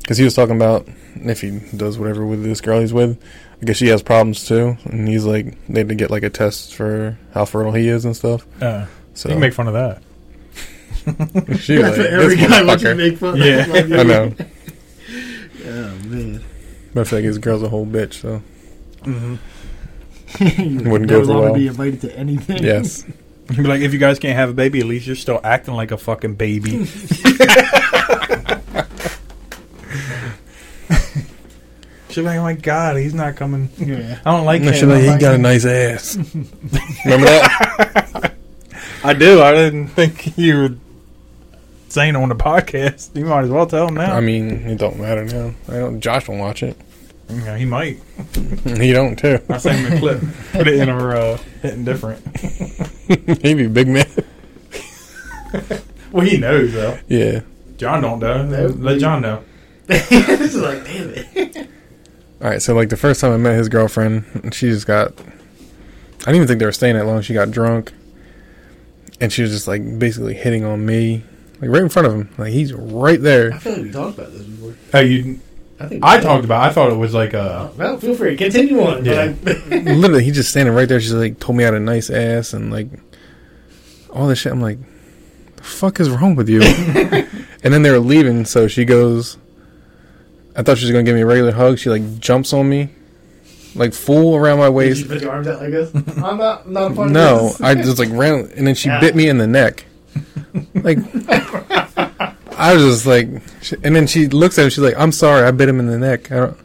S3: Because he was talking about if he does whatever with this girl he's with, I guess she has problems too. And he's like, they had to get like a test for how fertile he is and stuff.
S1: Uh,
S3: So
S1: You can make fun of that.
S3: she was
S2: That's what
S3: like,
S2: every
S3: "This
S2: guy wants to
S3: motherfucker."
S2: make fun.
S1: Yeah.
S2: of. Like,
S3: I know.
S2: Oh man.
S3: But I feel like his girl's a whole bitch, so.
S2: Mm-hmm. you
S3: Wouldn't
S2: no
S3: go for
S2: longer
S3: well.
S2: be invited to anything.
S3: Yes.
S1: You'd be like, if you guys can't have a baby, at least you're still acting like a fucking baby. She's like, oh my god, he's not coming.
S2: Yeah.
S1: I don't like
S3: And she's
S1: him.
S3: like,
S1: I,
S3: he got a nice ass. Remember that?
S1: I do. I didn't think you were saying it on the podcast. You might as well tell him now.
S3: I mean, it don't matter now. I don't. Josh don't watch it.
S1: yeah, he might.
S3: He don't too.
S1: I sent him a clip. Put it in a uh, hitting different.
S3: he be big man.
S1: Well, he knows though.
S3: Yeah.
S1: John don't know. Let John know.
S2: this is like, damn it.
S3: All right, so like the first time I met his girlfriend, she just got. I didn't even think they were staying that long. She got drunk, and she was just like basically hitting on me, like right in front of him. Like he's right
S2: I
S3: there.
S2: feel like we talked about this before.
S1: Oh, you?
S2: I think
S1: I talked about. I thought it was like uh, a.
S2: Well, feel free. Continue on.
S1: Yeah.
S2: But I,
S3: Literally, he's just standing right there. She's like told me I had a nice ass and like all this shit. I'm like, the fuck is wrong with you? and then they were leaving, so she goes. I thought she was gonna give me a regular hug. She like jumps on me, like full around my
S2: Did
S3: waist.
S2: you put your arms out like this? I'm not, I'm not a part
S3: No,
S2: of this.
S3: I just like ran, and then she
S2: Yeah.
S3: bit me in the neck. Like, I was just like, sh- and then she looks at him. She's like, "I'm sorry, I bit him in the neck." I don't.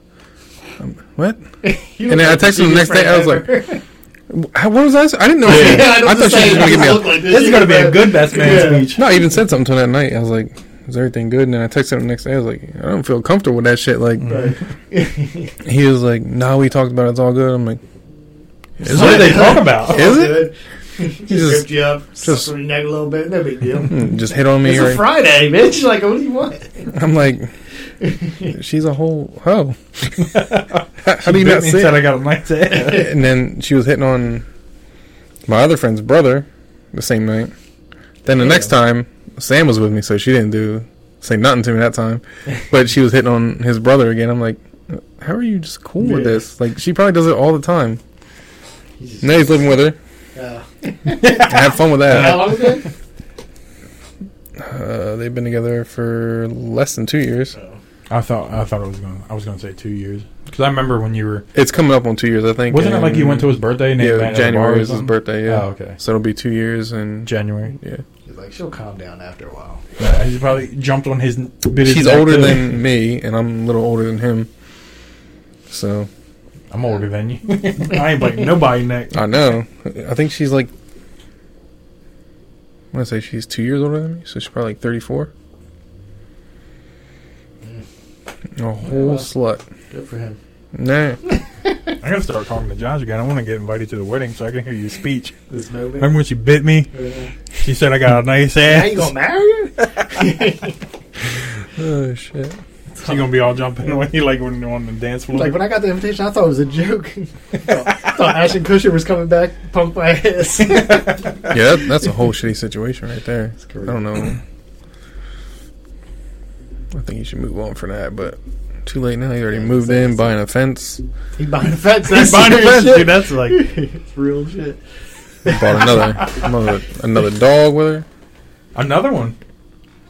S3: Um, what?
S2: You
S3: and then
S2: were
S3: I texted him the
S2: biggest
S3: next day, I was
S2: friend ever.
S3: How, what was I? s- I didn't know. she-
S2: Yeah,
S3: I
S2: was
S3: thought
S2: just
S3: she was
S2: saying,
S3: gonna
S2: you
S3: give me.
S2: look
S3: A,
S2: like
S1: This is gonna be a good best man
S2: Yeah.
S1: speech.
S3: no, I even said something to him that night. I was like, "Is everything good?" And then I texted him the next day. I was like, "I don't feel comfortable with that shit." Like,
S2: Mm.
S3: he was like, "Nah, we talked about it. It's all good." I'm like, "Is
S1: What did they
S3: it?"
S1: talk about?
S3: Is it?
S2: Just,
S3: just-
S2: ripped you up,
S3: just-
S2: just your neck a little bit. No big deal.
S3: Mm, Just hit on me.
S2: It's
S3: right?
S2: a Friday, bitch. Like, what do you want?
S3: I'm like, she's a whole hoe. how, how do you not see
S1: said
S3: it?
S1: I got a nice ass.
S3: And then she was hitting on my other friend's brother the same night. Then the next time, Sam was with me, so she didn't do say nothing to me that time. But she was hitting on his brother again. I'm like, how are you just cool with
S2: Yeah.
S3: this? Like, she probably does it all the time. Now he's living with her.
S2: Yeah.
S3: Have fun with
S2: uh, How
S3: that.
S2: long is that?
S3: Uh, they've been together for less than two years.
S1: I thought I thought it was going. I was going to say two years because I remember when you were.
S3: It's coming up on two years, I think.
S1: Wasn't it like you
S3: and-
S1: went to his birthday? And they met
S3: Yeah,
S1: at a bar or
S3: January is his
S1: something?
S3: birthday. Yeah.
S1: Oh, okay.
S3: So it'll be two years and
S1: January.
S3: yeah.
S2: He's like, she'll calm down after a while.
S1: Yeah, he probably jumped on his. Bit his
S3: She's
S1: neck,
S3: older
S1: too.
S3: than me, and I'm a little older than him. So
S1: I'm older than you. I ain't biting nobody neck.
S3: I know. I think she's like. I want to say she's two years older than me, so she's probably like 34.
S1: Mm.
S3: A whole
S2: Well.
S3: slut.
S2: Good for him.
S3: Nah.
S1: I gotta start talking to Josh again. I want to get invited to the wedding so I can hear your speech.
S2: This moment.
S1: Remember when she bit me?
S2: Yeah.
S1: She said I got a nice
S2: Now you gonna
S1: ass.
S2: marry her?
S3: Oh shit.
S1: She gonna be all jumping away like when you're on the dance floor.
S2: Like when I got the invitation, I thought it was a joke. I thought- I thought Ashton Kutcher was coming back, punk my ass.
S3: Yeah, that, that's a whole shitty situation right there. I
S2: crazy.
S3: don't know. I think you should move on for that, but too late now. You already
S2: Yeah,
S3: moved
S2: exactly.
S3: in, buying a fence,
S2: he buying a fence.
S1: He's
S2: That's
S1: behind the fence,
S2: serious shit.
S1: dude. That's like
S2: it's real shit.
S3: bought another, another another dog with her.
S1: another one.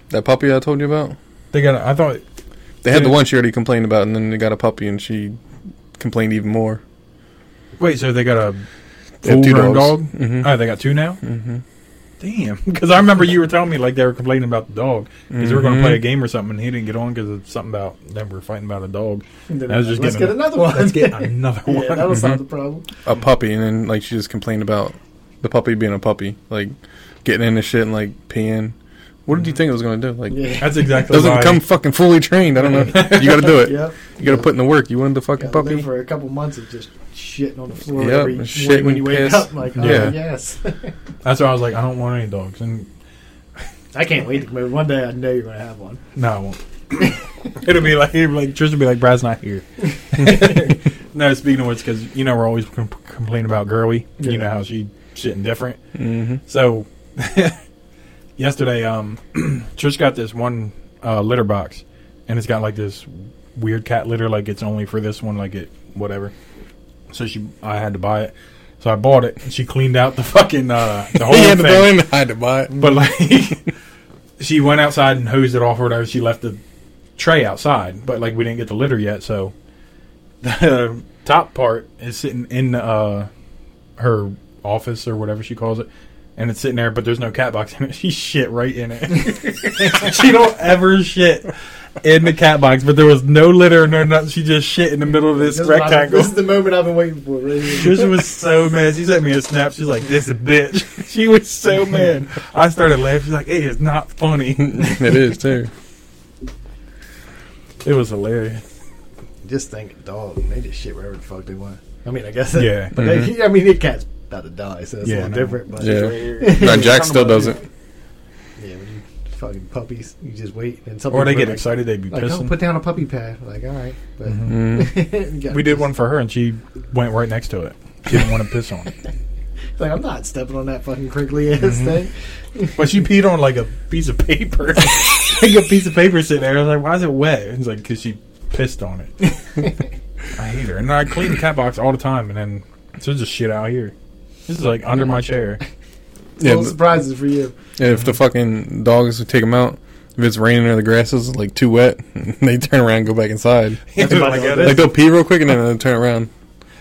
S3: That puppy I told you about.
S1: They got. A, I thought
S3: They had the
S1: Yeah.
S3: one she already complained about, and then they got a puppy, and she complained even more.
S1: Wait, so they got a
S3: They have
S1: full grown dog?
S3: hmm
S1: Oh, they got two now.
S3: hmm
S1: Mm-hmm. Damn, because I remember you were telling me like they were complaining about the dog because they were going to
S3: Mhm.
S1: play a game or something, and he didn't get on because of something about them were fighting about a dog.
S2: And then
S1: That was
S2: I'm
S1: just
S2: like, let's
S1: getting
S2: get another one.
S1: Let's get another one.
S2: yeah, that was not the problem.
S3: a puppy, and then like she just complained about the puppy being a puppy, like getting into shit and like peeing. What did you think it was going to do? Like,
S2: Mm-hmm. Yeah.
S1: That's exactly.
S3: doesn't
S1: why-
S3: come fucking fully trained. I don't know. You got to do it.
S2: Yep.
S3: You got to put in the work. You wanted the fucking
S2: Got to live
S3: puppy.
S2: for a couple months of just shitting on the floor
S3: Yep,
S2: every
S3: and
S2: morning when you
S3: shitting,
S2: wake
S3: piss.
S2: up. I'm like, oh,
S3: Yeah.
S2: yes.
S1: That's why I was like, I don't want any dogs, and
S2: I can't wait to come over. One day I know you're going to have one.
S1: no, I won't. It'll be like, it'll be like Trish will be like, Brad's not here. no, speaking of which, because you know we're always com- complaining about girly. You
S2: Yeah.
S1: know how she shitting different.
S3: Mm-hmm.
S1: So yesterday, um, Trish got this one uh, litter box, and it's got like this weird cat litter, like it's only for this one, like it whatever. So she, I had to buy it. So I bought it. And she cleaned out the fucking uh, the whole
S3: He had to go
S1: thing.
S3: in. I had to buy it.
S1: But like, she went outside and hosed it off or whatever. She left the tray outside, but like we didn't get the litter yet, so the top part is sitting in uh, her office or whatever she calls it, and it's sitting there. But there's no cat box in it. She shit right in it. she don't ever shit in the cat box, but there was no litter, no nothing. She just shit in the middle of this,
S2: This is my-
S1: rectangle.
S2: this is the moment I've been waiting for. Really.
S1: Trisha was so mad. She sent me a snap. She's like, "This a bitch." She was so mad. I started laughing. She's like, "It is not funny."
S3: it is too.
S1: It was hilarious.
S2: Just think, dog, they just shit wherever the fuck they want. I mean, I guess.
S1: Yeah. Mm-hmm.
S2: But they, I mean, the cat's about to die, so it's
S1: Yeah,
S2: a little
S1: no.
S2: different. But
S3: Yeah. No, Jack still doesn't.
S2: Yeah, when you fucking puppies, you just wait and something.
S1: Or they get excited, they'd be
S2: Like,
S1: pissing.
S2: don't put down a puppy pad. Like, all right, but
S3: Mm.
S2: You gotta
S1: Mm-hmm. we did
S2: just-
S1: one for her, and she went right next to it. She didn't want to piss on it,
S2: Like, I'm not stepping on that fucking crinkly ass
S1: Mm-hmm.
S2: thing.
S1: but she peed on like a piece of paper, like a piece of paper sitting there. I was like, "Why is it wet?" And it's like, "Cause she pissed on it." I hate her, and I clean the cat box all the time, and then so there's just shit out here. This is like under my chair.
S3: Yeah,
S2: Little
S3: but-
S2: surprises for you.
S3: And if the fucking dogs would take them out, if it's raining or the grass is like too wet, they turn around and go back inside.
S1: They're like, "Yeah, this
S3: Like they'll pee real quick and then they turn around.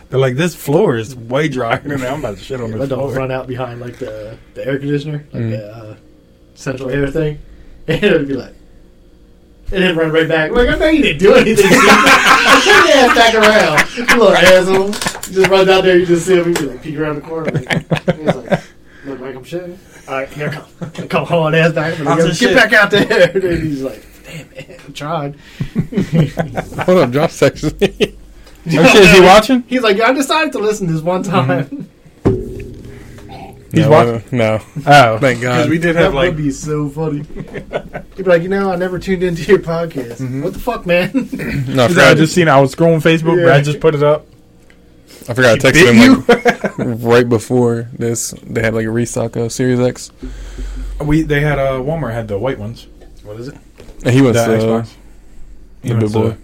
S1: They're like, this floor is way drier than I'm about to shit on
S2: Yeah,
S1: this
S2: my dog
S1: floor.
S2: run out behind like the, the air conditioner, like
S3: Mm.
S2: the uh, central air thing, and it'd be like, and then run right back. Like I know you didn't do anything. Turn your ass back around, you little asshole. You just run down there. You just see him. You be like peek around the corner. Like, and he's like, look like I'm shitting. All right, here I come. I come on ass back. I'm
S1: I'll
S2: like, Yo, get
S1: just shit.
S2: back out there. And then he's like, damn it, I'm trying.
S3: Hold up, Josh texted me.
S1: Oh shit, is he watching?
S2: He's like, I decided to listen this one time.
S1: He's
S3: no,
S1: watching?
S3: I- No.
S1: Oh,
S3: Thank God.
S1: 'Cause we did
S2: That
S1: have like
S2: would be so funny. He'd be like, you know, I never tuned into your podcast. What the fuck, man?
S3: No, I
S1: Because I
S3: forgot,
S1: just seen I was scrolling Facebook.
S2: Yeah.
S1: Brad just put it up.
S3: I forgot I
S1: She
S3: texted
S1: bit
S3: him like right before this. They had like a restock of Series X.
S1: We they had uh Walmart had the white ones.
S2: what is it?
S3: And he
S1: The
S3: was uh,
S1: Xbox. uh,
S3: the big boy.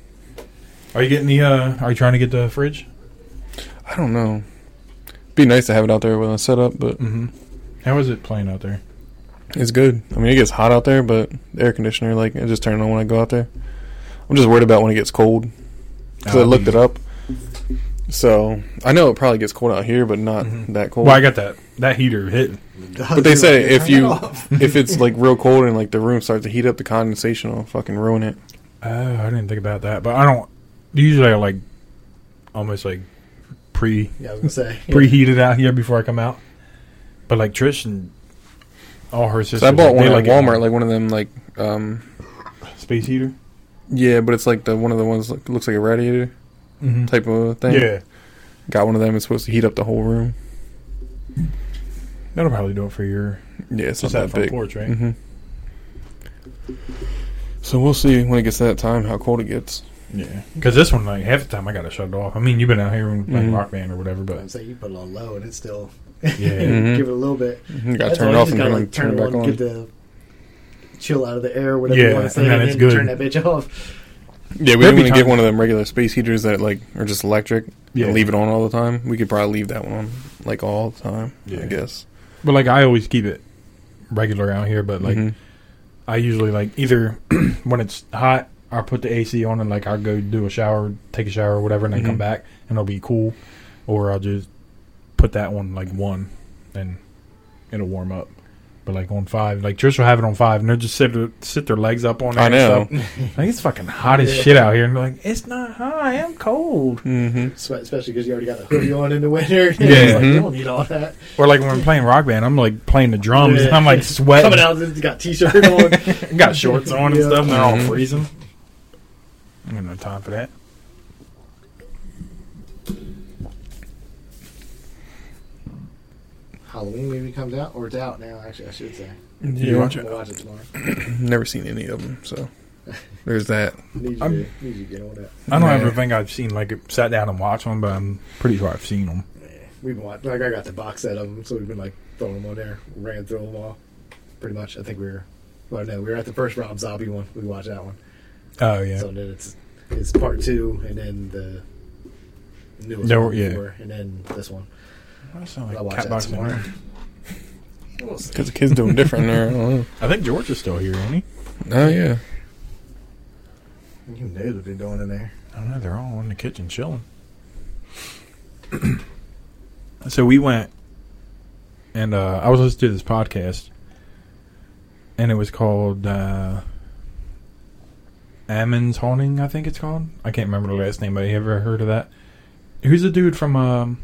S1: Are you getting the? uh Are you trying to get the fridge?
S3: I don't know. Be nice to have it out there with a setup, but
S1: Mm-hmm. How is it playing out there?
S3: it's good. I mean, it gets hot out there, but the air conditioner, like, I just turn it on when I go out there. I'm just worried about when it gets cold. because I
S1: Oh.
S3: looked it up. So I know it probably gets cold out here, but not
S1: Mhm.
S3: that cold.
S1: Well, I got that that heater hit.
S2: But
S3: they say if you- if it's like real cold and like the room starts to heat up, the condensation will fucking ruin it.
S1: Oh, I didn't think about that. But I don't. Usually, I like almost like pre
S2: Yeah, I was gonna say. yeah.
S1: preheated out here before I come out. But like Trish and all her sisters,
S3: So I bought
S1: they
S3: one at
S1: like it
S3: Walmart,
S1: in
S3: like one of them, like um,
S1: a space heater.
S3: yeah, but it's like the one of the ones that looks like a radiator
S1: Mm-hmm.
S3: type of thing.
S1: Yeah,
S3: got one of them. It's supposed to heat up the whole room.
S1: that'll probably do it for your
S3: Yeah, it's
S1: just
S3: not
S1: that
S3: that
S1: front
S3: big.
S1: porch, right?
S3: hmm Mm-hmm. So we'll see when it gets to that time how cold it gets.
S1: Yeah, because this one, like half the time, I gotta shut it off. I mean, you've been out here in like
S3: Mhm.
S1: rock band or whatever,
S2: I'm
S1: but
S2: saying you put it on low and it's still.
S1: yeah,
S3: Mhm.
S2: Give it a little bit.
S3: Got to
S2: That's
S3: turn
S2: all,
S3: it
S2: you
S3: off
S2: just
S3: and
S2: gotta,
S3: turn,
S2: like,
S3: turn it
S2: it
S3: back
S2: on,
S3: on.
S2: Get the chill out of the air, whatever
S1: Yeah,
S2: you want to say,
S1: and
S2: and
S1: then
S2: then,
S1: it's
S2: you
S1: good.
S2: turn that bitch off.
S3: Yeah, we
S1: There'd be
S3: didn't want to get
S1: times-
S3: one of them regular space heaters that like are just electric
S1: Yeah.
S3: and leave it on all the time. We could probably leave that one on like all the time.
S1: Yeah.
S3: I guess.
S1: but like I always keep it regular out here. But like
S3: Mhm.
S1: I usually like either when it's hot, I put the AC on and like I go do a shower, take a shower or whatever, and then
S2: Mm-hmm.
S1: come
S3: Mhm.
S1: back and it'll be cool, or I'll just put that one like one and it'll warm up. but like on five, like Trish will have it on five, and they'll just sit sit their legs up on it.
S3: I know.
S1: And stuff. like it's fucking hot as
S2: Yeah.
S1: shit out here, and they're like, "It's not hot. I am cold."
S3: Mm-hmm.
S2: Sweat, especially because you already got the hoodie on in the winter. It's
S1: Yeah.
S2: like,
S3: Mhm.
S2: you don't need all that.
S1: Or like when I'm playing Rock Band, I'm like playing the drums,
S2: Yeah.
S1: and Um, I'm like sweating.
S2: Coming out, it's got t-shirt on.
S1: got shorts on and
S2: Yeah. Mm-hmm.
S1: stuff, and they're all
S3: Mhm.
S1: freezing. I don't have no time for that.
S2: Halloween movie comes out, or it's out now. Actually, I should say.
S3: Did
S1: you watch
S2: I'm gonna watch it tomorrow.
S3: Never seen any of them, so there's that.
S2: Need you,
S1: I'm-
S2: to, need you to get on that.
S1: I don't
S3: Nah.
S1: ever think I've seen like sat down and watched one, but I'm pretty sure I've seen them.
S2: Yeah, we've been watching. Like I got the box set of them, so we've been like throwing them on there, ran through them all, pretty much. I think we were. Well, no, we were at the first Rob Zombie one. We watched that one.
S1: Oh yeah,
S2: So then it's it's part two, and then the newest
S1: No,
S2: one
S1: yeah.
S2: before, and then this one.
S1: I sound
S2: I'll
S1: like
S2: watch
S1: cat
S2: that
S1: box in the
S2: tomorrow.
S1: morning.
S2: We'll see.
S3: Because the kids doing different. Or, I don't
S1: I think George is still here, isn't he?
S3: know. Oh yeah,
S2: Who knows what they're doing in there?
S1: I don't know. They're all in the kitchen chilling. so we went, and uh, I was listening to this podcast, and it was called uh, Ammon's Haunting, I think it's called. I can't remember the last name, but you ever heard of that? Who's the dude from? Um,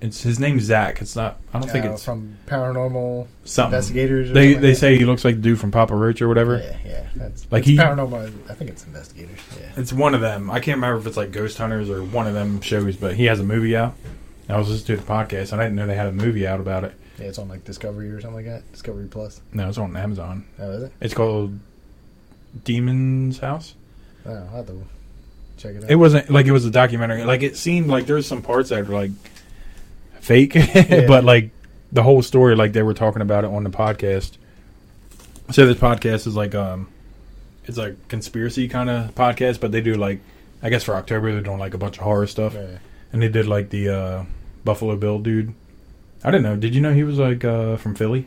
S1: it's his name's Zach. It's not. I don't think
S2: Uh,
S1: it's
S2: from paranormal
S1: something.
S2: investigators. Or
S1: They
S2: something
S1: they
S2: like
S1: say he looks like the dude from Papa Roach or
S2: that.
S1: whatever.
S2: Yeah, yeah. That's,
S1: Like
S2: like
S1: he-
S2: paranormal. I think it's investigators. Yeah.
S1: It's one of them. I can't remember if it's like Ghost Hunters or one of them shows, but he has a movie out. I was listening to the podcast and I didn't know they had a movie out about it.
S2: Yeah, it's on like Discovery or something like that. Discovery Plus.
S1: No, it's on Amazon.
S2: Oh, is it?
S1: It's called Demon's House.
S2: Oh, I'll have to check it out.
S1: It wasn't like it was a documentary. Like it seemed like there was some parts that were like fake, but like the whole story, like they were talking about it on the podcast. So this podcast is like um, it's like conspiracy kind of podcast, but they do like I guess for October they're doing like a bunch of horror stuff.
S2: Yeah.
S1: and they did like the uh, Buffalo Bill dude. I didn't know. Did you know he was like uh, from Philly?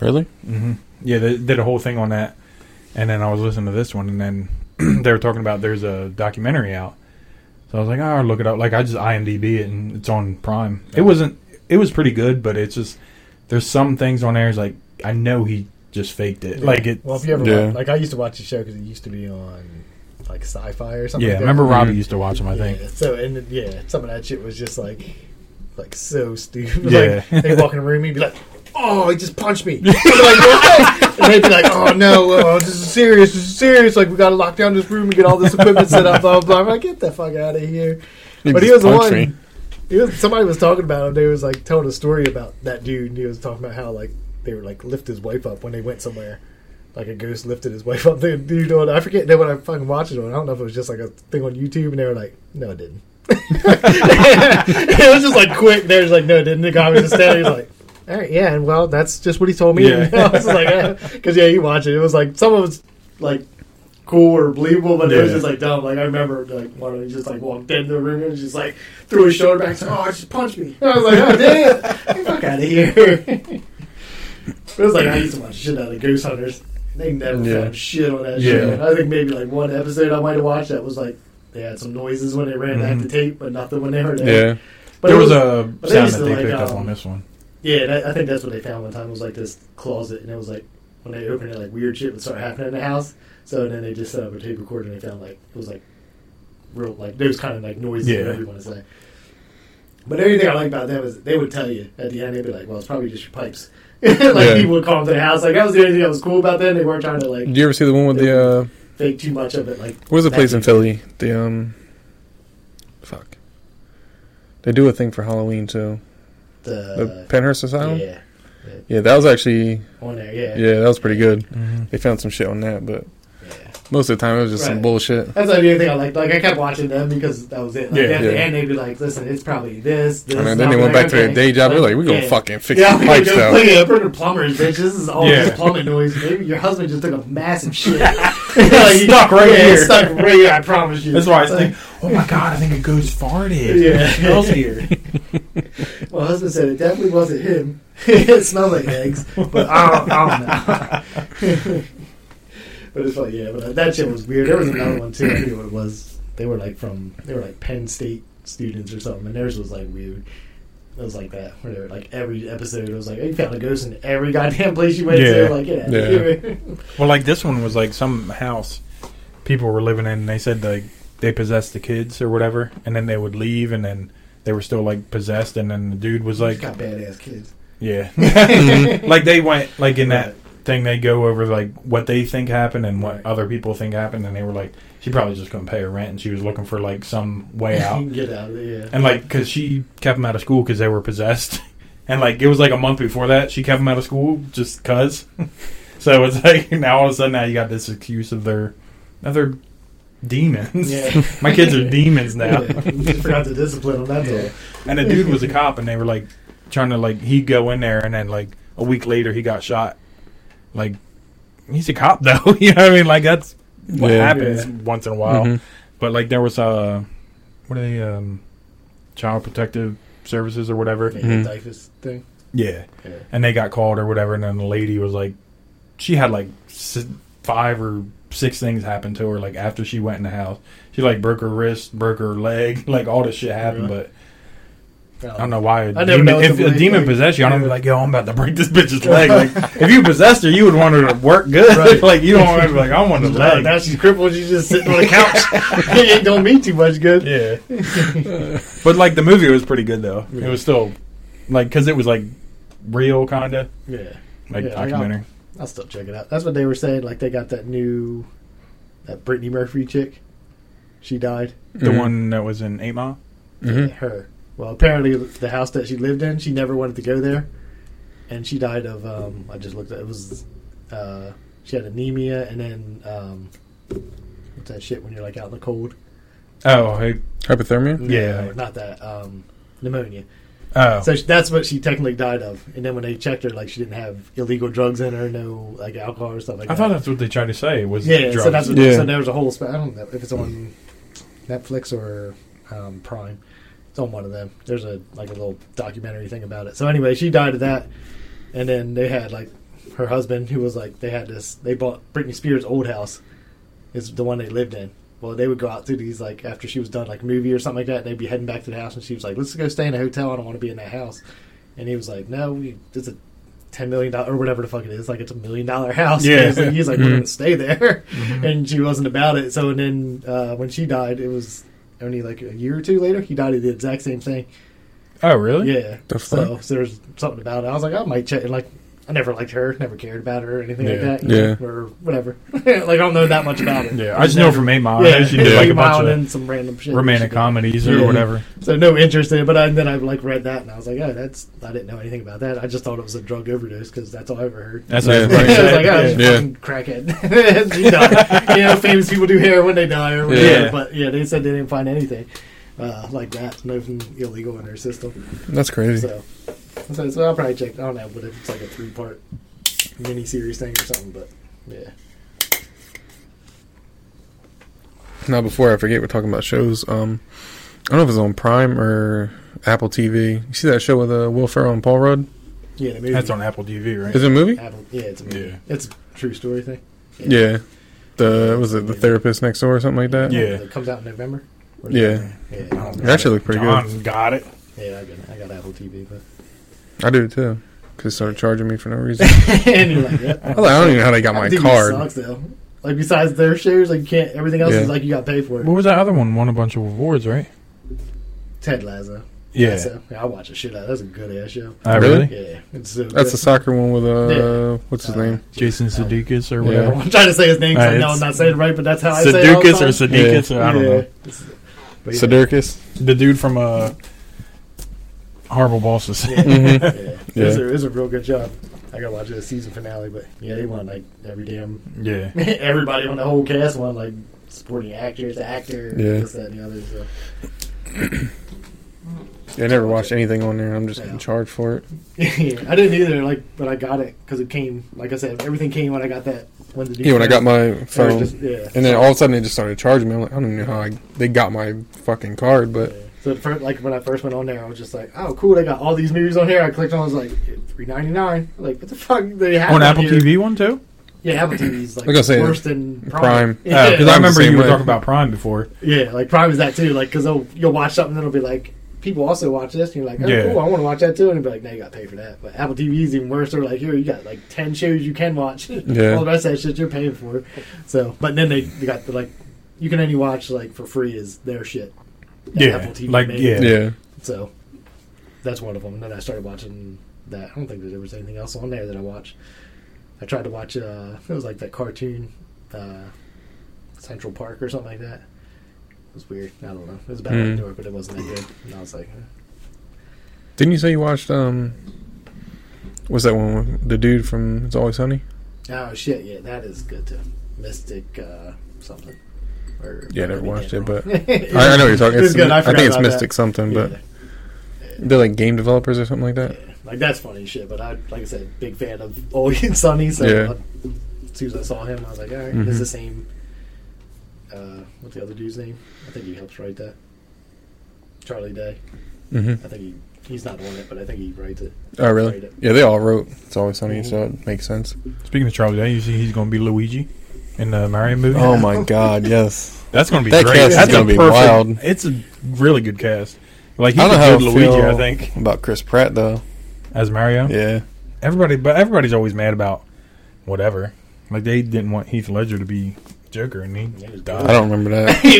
S3: really?
S1: Mm-hmm. Yeah, they did a whole thing on that. And then I was listening to this one, and then they were talking about there's a documentary out. So I was like, oh, I'll look it up. Like I just IMDb it, and it's on Prime. It
S2: Yeah.
S1: wasn't. It was pretty good, but it's just there's some things on there. It's like I know he just faked it. Like it.
S2: Well, if you ever
S3: Yeah.
S2: watch, like, I used to watch the show because it used to be on like Sci-Fi or something.
S1: yeah,
S2: like that.
S1: remember Robbie
S3: Mhm.
S1: used to watch him. I think.
S2: Mm-hmm. Yeah, so and then, yeah, some of that shit was just like, like so stupid.
S1: Yeah.
S2: like they walk in a room and be like, "Oh, he just punched me." And they're like, "What?" and they'd be like, "Oh no, oh, this is serious. This is serious. Like we got to lock down this room and get all this equipment set up." Blah blah. blah. I'm like, get the fuck out of here. But he was
S3: just
S2: the
S3: punched
S2: one. He was, somebody was talking about him. They was like telling a story about that dude, and he was talking about how like they were like lift his wife up when they went somewhere. Like a ghost lifted his wife up. They, you know, and I forget then what I fucking watched it on. I don't know if it was just like a thing on YouTube, and they were like, "No, it didn't." it was just like quick. They was like, "No, it didn't." The guy was just standing. He was like. All right, yeah, and well, that's just what he told me.
S1: Yeah.
S2: And I was like, because yeah, you watch it. It was like some of it's like cool or believable, but it was
S1: Yeah.
S2: just like dumb. Like I remember, like one of them just like walked into the room and just like threw his shoulder back, said, "Oh, it just punched me." And I was like, "Oh damn, get the fuck out of here!" it was like I used to watch shit out of Goose Hunters. They never
S3: Yeah.
S2: found shit on that
S1: Yeah.
S2: shit. I think maybe like one episode I might have watched that was like they had some noises when they ran back
S1: Mhm.
S2: the tape, but nothing when they heard it.
S3: Yeah.
S2: but
S1: there
S2: it
S1: was,
S2: was
S1: a
S2: but they
S1: sound
S2: used
S1: that
S2: to,
S1: they
S2: like,
S1: picked up
S2: um,
S1: on this one.
S2: yeah, that, I think that's what they found one time. It was like this closet, and it was like when they opened it, like weird shit would start happening in the house. So then they just set up a tape recorder, and they found like it was like real, like there was kind of like noises,
S1: Yeah.
S2: whatever you want to say. But everything I like about them is they would tell you at the end. They'd be like, "Well, it's probably just your pipes." like
S3: Yeah.
S2: people would call them to the house. Like that was the only thing that was cool about them. They weren't trying to like
S3: Did you ever see the one with the? uh
S2: fake too much of it. Like
S3: Where's the
S2: back
S3: place in Philly? The um, fuck. They do a thing for Halloween too. The
S2: The,
S3: Penhurst Asylum. Yeah.
S2: Uh, yeah,
S3: that was actually
S2: on there. Yeah,
S3: yeah, that was pretty good.
S1: Mm-hmm.
S3: They found some shit on that, but
S2: yeah.
S3: most of the time it was just some
S2: Right.
S3: bullshit.
S2: That's the only thing I liked. Like I kept watching them because that was it. Like
S1: Yeah,
S2: at the
S3: yeah.
S2: end they'd be like, "Listen, it's probably this." this
S3: And then,
S2: and
S3: then
S2: I'm
S3: they went
S2: like,
S3: back to their
S2: okay.
S3: day job. They're like, "We're gonna
S2: yeah.
S3: fucking fix
S2: Yeah,
S3: yeah,
S2: I'm like,
S3: pipes
S2: "Go
S3: out."
S2: play a freaking plumbers, bitch. This is all
S1: Yeah.
S2: just plumbing noise. Maybe your husband just took a massive shit. Like,
S1: stuck right
S2: yeah, it's
S1: here.
S2: Stuck right here. I promise you.
S1: That's why I was
S2: Like,
S1: thinking, oh my god, I think it goes farted.
S2: Yeah.
S1: It smells here.
S2: My husband said it definitely wasn't him. it smelled like eggs, but I don't, I don't know. but it's like yeah, but uh, that shit was weird. There was another one too. I forget what it was. They were like from they were like Penn State students or something, and theirs was like weird. It was like that. Where they were like every episode, it was like, "Hey, you found a ghost in every goddamn place you went
S1: Yeah.
S2: to. Like, yeah,
S3: Yeah.
S1: Well, like this one was like some house people were living in. and They said like they possessed the kids or whatever, and then they would leave, and then they were still like possessed, and then the dude was
S2: like
S1: like,
S2: got badass kids.
S1: yeah, like they went like in that
S2: Right.
S1: thing they go over like what they think happened and what
S2: Right.
S1: other people think happened, and they were like, she probably just couldn't pay her rent, and she was looking for like some way out.
S2: Get out of there. Yeah.
S1: And like, cause she kept them out of school because they were possessed, and like it was like a month before that she kept them out of school just cause. so it's like now all of a sudden now you got this excuse of their, now they're demons.
S2: Yeah.
S1: My kids are demons now.
S2: Yeah. You just forgot to discipline them. That's all.
S1: and the dude was a cop, and they were like trying to like he'd go in there, and then like a week later he got shot. Like he's a cop though, you know what I mean? Like that's what
S3: Yeah.
S1: happens
S2: Yeah.
S1: once in a while.
S3: Mhm.
S1: But like there was uh, what are they um, child protective services or whatever.
S2: Yeah,
S3: Mhm.
S2: the typhus thing. Um,
S1: Yeah,
S2: Yeah.
S1: and they got called or whatever, and then the lady was like, she had like s- five or six things happen to her like after she went in the house. She like broke her wrist, broke her leg, like all this shit happened.
S2: Really?
S1: But I don't know why a
S2: I never
S1: demon,
S2: know what to
S1: if a
S2: believe,
S1: demon
S2: like-
S1: possessed you, I don't be like, yo, I'm about to break this bit's leg. Like if you possessed her, you would want her to work good.
S2: Right.
S1: like you don't want her to be like, I want the
S2: Now,
S1: leg.
S2: now she's crippled. She's just sitting on the couch. it ain't gonna mean too much good.
S1: Yeah. but like the movie was pretty good though. It was still like because it was like real kind of
S2: Yeah.
S1: like
S2: Yeah, I got-
S1: documentary.
S2: I'll still check it out. That's what they were saying. Like they got that new, that Brittany Murphy chick. She died.
S1: the
S3: Mhm.
S1: one that was in Eight Mile.
S2: Hmm.
S3: Mhm.
S2: Her. Well, apparently the house that she lived in, she never wanted to go there, and she died of. Um, I just looked. at It was. Uh, she had anemia, and then um, what's that shit when you're like out in the cold?
S1: Oh, hey,
S3: Hypothermia.
S2: No,
S1: Yeah.
S2: not that. Um, pneumonia.
S1: oh,
S2: So she, that's what she technically died of. And then when they checked her, like she didn't have illegal drugs in her, no like alcohol or stuff like
S1: I
S2: that.
S1: thought that's what they tried to say was
S2: Yeah,
S1: drugs.
S2: so that's what,
S3: Yeah.
S2: so there was a whole. Sp- I don't know if it's on Netflix or um, Prime. It's on one of them. There's a like a little documentary thing about it. So anyway, she died of that, and then they had like her husband who was like they had this. They bought Britney Spears' old house. Is the one they lived in. Well, they would go out to these like after she was done like a movie or something like that. And they'd be heading back to the house, and she was like, "Let's go stay in a hotel. I don't want to be in that house." And he was like, "No, we, it's a ten million dollar or whatever the fuck it is. Like it's a million dollar house."
S1: Yeah.
S2: He's like, he's like "We're
S3: Mhm.
S2: gonna stay there," and she wasn't about it. So and then uh, when she died, it was only like a year or two later. He died of the exact same thing.
S1: oh, really?
S2: Yeah.
S3: The
S2: so
S3: fuck?
S2: so there's something about it. I was like, I might check. And like, I never liked her, never cared about her or anything
S1: Yeah.
S2: like that. you know,
S3: Yeah.
S2: Or whatever. like, I don't know that much about it.
S1: Yeah, I just know from Eight Mile. I know
S2: Yeah,
S1: she did like a
S2: Mild
S1: bunch
S2: and some random shit.
S1: of romantic
S2: She did.
S1: comedies or
S2: Yeah.
S1: whatever.
S2: So no interest in it. But I, then I like read that and I was like, oh, that's I didn't know anything about that. I just thought it was a drug overdose because that's all I ever heard.
S1: That's what I was
S3: Yeah.
S1: about to
S2: I was
S1: say.
S2: like, oh,
S1: Yeah.
S2: she's a
S3: Yeah.
S2: fucking crackhead. She died. you know, famous people do hair when they die or whatever.
S1: Yeah.
S2: But yeah, they said they didn't find anything uh, like that, nothing illegal in their system.
S3: That's crazy.
S2: Mm-hmm. So, so, so I'll probably check. I don't know, but it's like a three part mini series thing or something. But yeah,
S3: Now, before I forget, we're talking about shows. Um, I don't know if it's on Prime or Apple TV. You see that show with uh, Will Ferrell and Paul Rudd?
S2: yeah, the movie.
S1: That's on Apple TV, right?
S3: Is it a movie?
S2: Apple. Yeah, it's a movie.
S1: Yeah.
S2: It's a true story thing.
S3: Yeah. The was it the therapist next door or something like that?
S1: Yeah.
S2: It comes out in November. Or-
S3: Yeah.
S2: Yeah.
S3: It actually looked pretty
S1: John
S3: good.
S1: got it.
S2: Yeah, I got, I got Apple TV, but
S3: I do too. Cause they started charging me for no reason.
S2: and you're like, yeah.
S3: I, was like, I don't even know how they got my
S2: Apple TV
S3: card.
S2: sucks though. Like besides their shares, like you can't. Everything else
S3: Yeah.
S2: is like you got to pay for it.
S1: What was that other one? Won a bunch of awards, right?
S2: Ted Lasso.
S1: Yeah.
S2: Lasso. yeah I watch the shit out. of That's a good ass show.
S1: Oh,
S3: Really?
S2: Yeah, it's so
S3: That's the
S2: good.
S3: soccer one with uh,
S2: Yeah.
S3: what's his
S2: Uh,
S3: name?
S1: Jason Sudeikis or
S3: Yeah.
S1: whatever.
S2: I'm trying to say his name. 'cause
S1: Uh,
S2: I know
S1: it's-
S2: I'm not saying it right, but that's how I say it. all the
S1: Sudeikis or
S2: time.
S1: Sudeikis? Or I don't
S2: Yeah.
S1: know.
S2: It's- but yeah.
S3: Sidurkis.
S1: The dude from uh, Horrible Bosses.
S3: Mm-hmm.
S2: Yeah,
S3: Yeah.
S2: It's, a, it's a real good job. I gotta watch the season finale, but yeah, they won like every damn
S1: yeah.
S2: everybody on the whole cast won like supporting actors, actor,
S3: Yeah.
S2: this, that, and the other. So.
S3: I never watched anything on there. I'm just
S2: Yeah.
S3: getting charged for it.
S2: I didn't either. Like, but I got it because it came. Like I said, everything came when I got that. When the new
S3: Yeah, when I got my
S2: It was
S3: phone,
S2: just- yeah.
S3: and then all of a sudden they just started charging me. I'm like, I don't even know how I, they got my fucking card, but
S2: Yeah. So the first, like when I first went on there, I was just like, "Oh, cool! They got all these movies on here." I clicked on, it was like three ninety nine. Like, what the fuck? They have
S1: On
S2: it
S1: Apple
S2: here.
S1: TV one too?
S2: Yeah, Apple TV's like
S3: Like I said,
S2: worse than Prime.
S3: Prime.
S1: Oh,
S2: Yeah.
S1: because I remember
S3: Same
S1: you were
S3: way.
S1: talking about Prime before.
S2: yeah, like Prime is that too. Like, because you'll watch something that'll be like people also watch this, and you're like, oh,
S1: Yeah.
S2: cool, I want to watch that too. And they'd be like, no, you got to pay for that. But Apple TV is even worse. They're like, here, you got like 10 shows you can watch.
S3: Yeah.
S2: All the rest of that shit you're paying for. So, but then they, they got the like, you can only watch like for free is their shit. that
S1: Yeah, like,
S2: made.
S1: yeah.
S3: Yeah.
S2: So that's one of them. And then I started watching that. I don't think that there was anything else on there that I watched. I tried to watch. Uh, it was like that cartoon, uh, Central Park or something like that. It was weird. I don't know. It was about
S3: Mm.
S2: New York, but it wasn't that good. And I was like, eh.
S3: Didn't you say you watched um? What's that one? with The dude from It's Always Sunny.
S2: oh shit, yeah, that is good too. Mystic uh, something. Or,
S3: Yeah, I never
S2: maybe
S3: watched
S2: I'm
S3: it,
S2: wrong.
S3: but I, I know what you're talking.
S2: It was
S3: It's,
S2: good.
S3: I,
S2: forgot
S3: think it's
S2: about that.
S3: Mystic something, but
S2: Yeah.
S3: they're like game developers or something like that.
S2: Yeah, like that's funny shit. But I, like I said, big fan of Ollie and Sonny. So
S3: Yeah.
S2: uh, as soon as I saw him, I was like, all right,
S3: Mhm.
S2: it's the same. Uh, what's the other dude's name? I think he helps write that. Charlie Day.
S3: hmm
S2: I think he he's not on it, but I think he writes it.
S3: Oh,
S2: Write
S3: really?
S2: it.
S3: Yeah, they all wrote It's Always Sunny,
S2: Mhm.
S3: so
S1: Mm-hmm.
S3: it makes sense.
S1: Speaking of Charlie Day, you see he's going to be Luigi in the Mario movie.
S3: Oh my God, yes.
S1: That's going to be
S3: That
S1: great.
S3: cast is
S1: That's
S3: gonna
S1: a
S3: be
S1: perfect-
S3: wild.
S1: It's a really good cast. Like he's
S3: I
S1: a
S3: don't know how
S1: good
S3: I
S1: Luigi,
S3: feel
S1: I think,
S3: about Chris Pratt though.
S1: as Mario.
S3: Yeah,
S1: Everybody, but everybody's always mad about whatever. Like they didn't want Heath Ledger to be Joker, and he
S2: Yeah, he's
S1: died.
S3: I don't remember that.
S2: he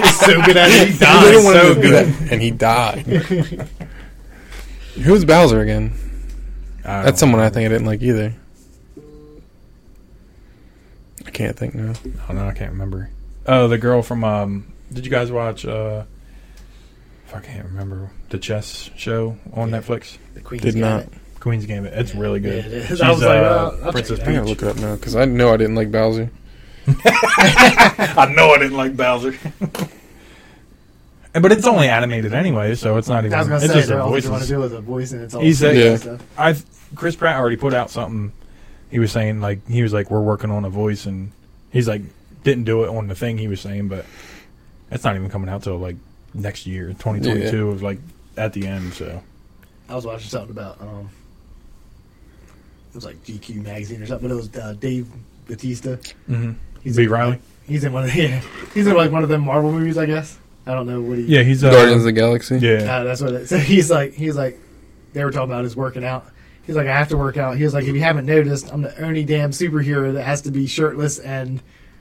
S2: was so good at it. He
S1: died.
S3: They didn't want
S1: so
S3: him to do
S1: good.
S3: that, and he died. Who's Bowser again?
S1: I don't
S3: That's someone I
S1: remember.
S3: think I didn't like either. I can't think now.
S1: I don't know. I can't remember. Oh, the girl from. um Did you guys watch? uh if I can't remember the chess show on
S2: Yeah.
S1: Netflix,
S2: The Queen's
S3: Did not.
S2: Gambit.
S1: Queen's Gambit. It's really good.
S2: Yeah, it is.
S1: She's,
S2: I was like,
S1: uh,
S2: oh, I'll
S1: Princess
S2: check
S3: I
S2: it
S1: Peach.
S3: gotta look it up now because I know I didn't like Bowser.
S1: I know I didn't like Bowser. And- but it's only animated anyway, so it's not even.
S2: I was gonna
S1: it's
S2: say,
S1: just
S2: though,
S1: a
S2: all you want
S1: voice.
S2: to do is a voice, and it's all
S1: He's a-
S2: serious
S3: Yeah.
S2: stuff.
S1: I've Chris Pratt already put out something. He was saying like he was like we're working on a voice, and he's like didn't do it on the thing he was saying, but that's not even coming out till like next year, 2022, of like at the end. So
S2: I was watching something about um, it was like GQ magazine or something. But it was uh, Dave Batista.
S1: mm-hmm.
S2: He's
S1: B
S2: in-
S1: Riley.
S2: He's in one of the, yeah. He's in like one of them Marvel movies, I guess. I don't know what he.
S1: Yeah, he's uh,
S3: Guardians of the Galaxy.
S1: Yeah,
S2: Uh, that's what. It, so he's like, he's like, they were talking about his working out. He's like, I have to work out. He was like, if you haven't noticed, I'm the only damn superhero that has to be shirtless and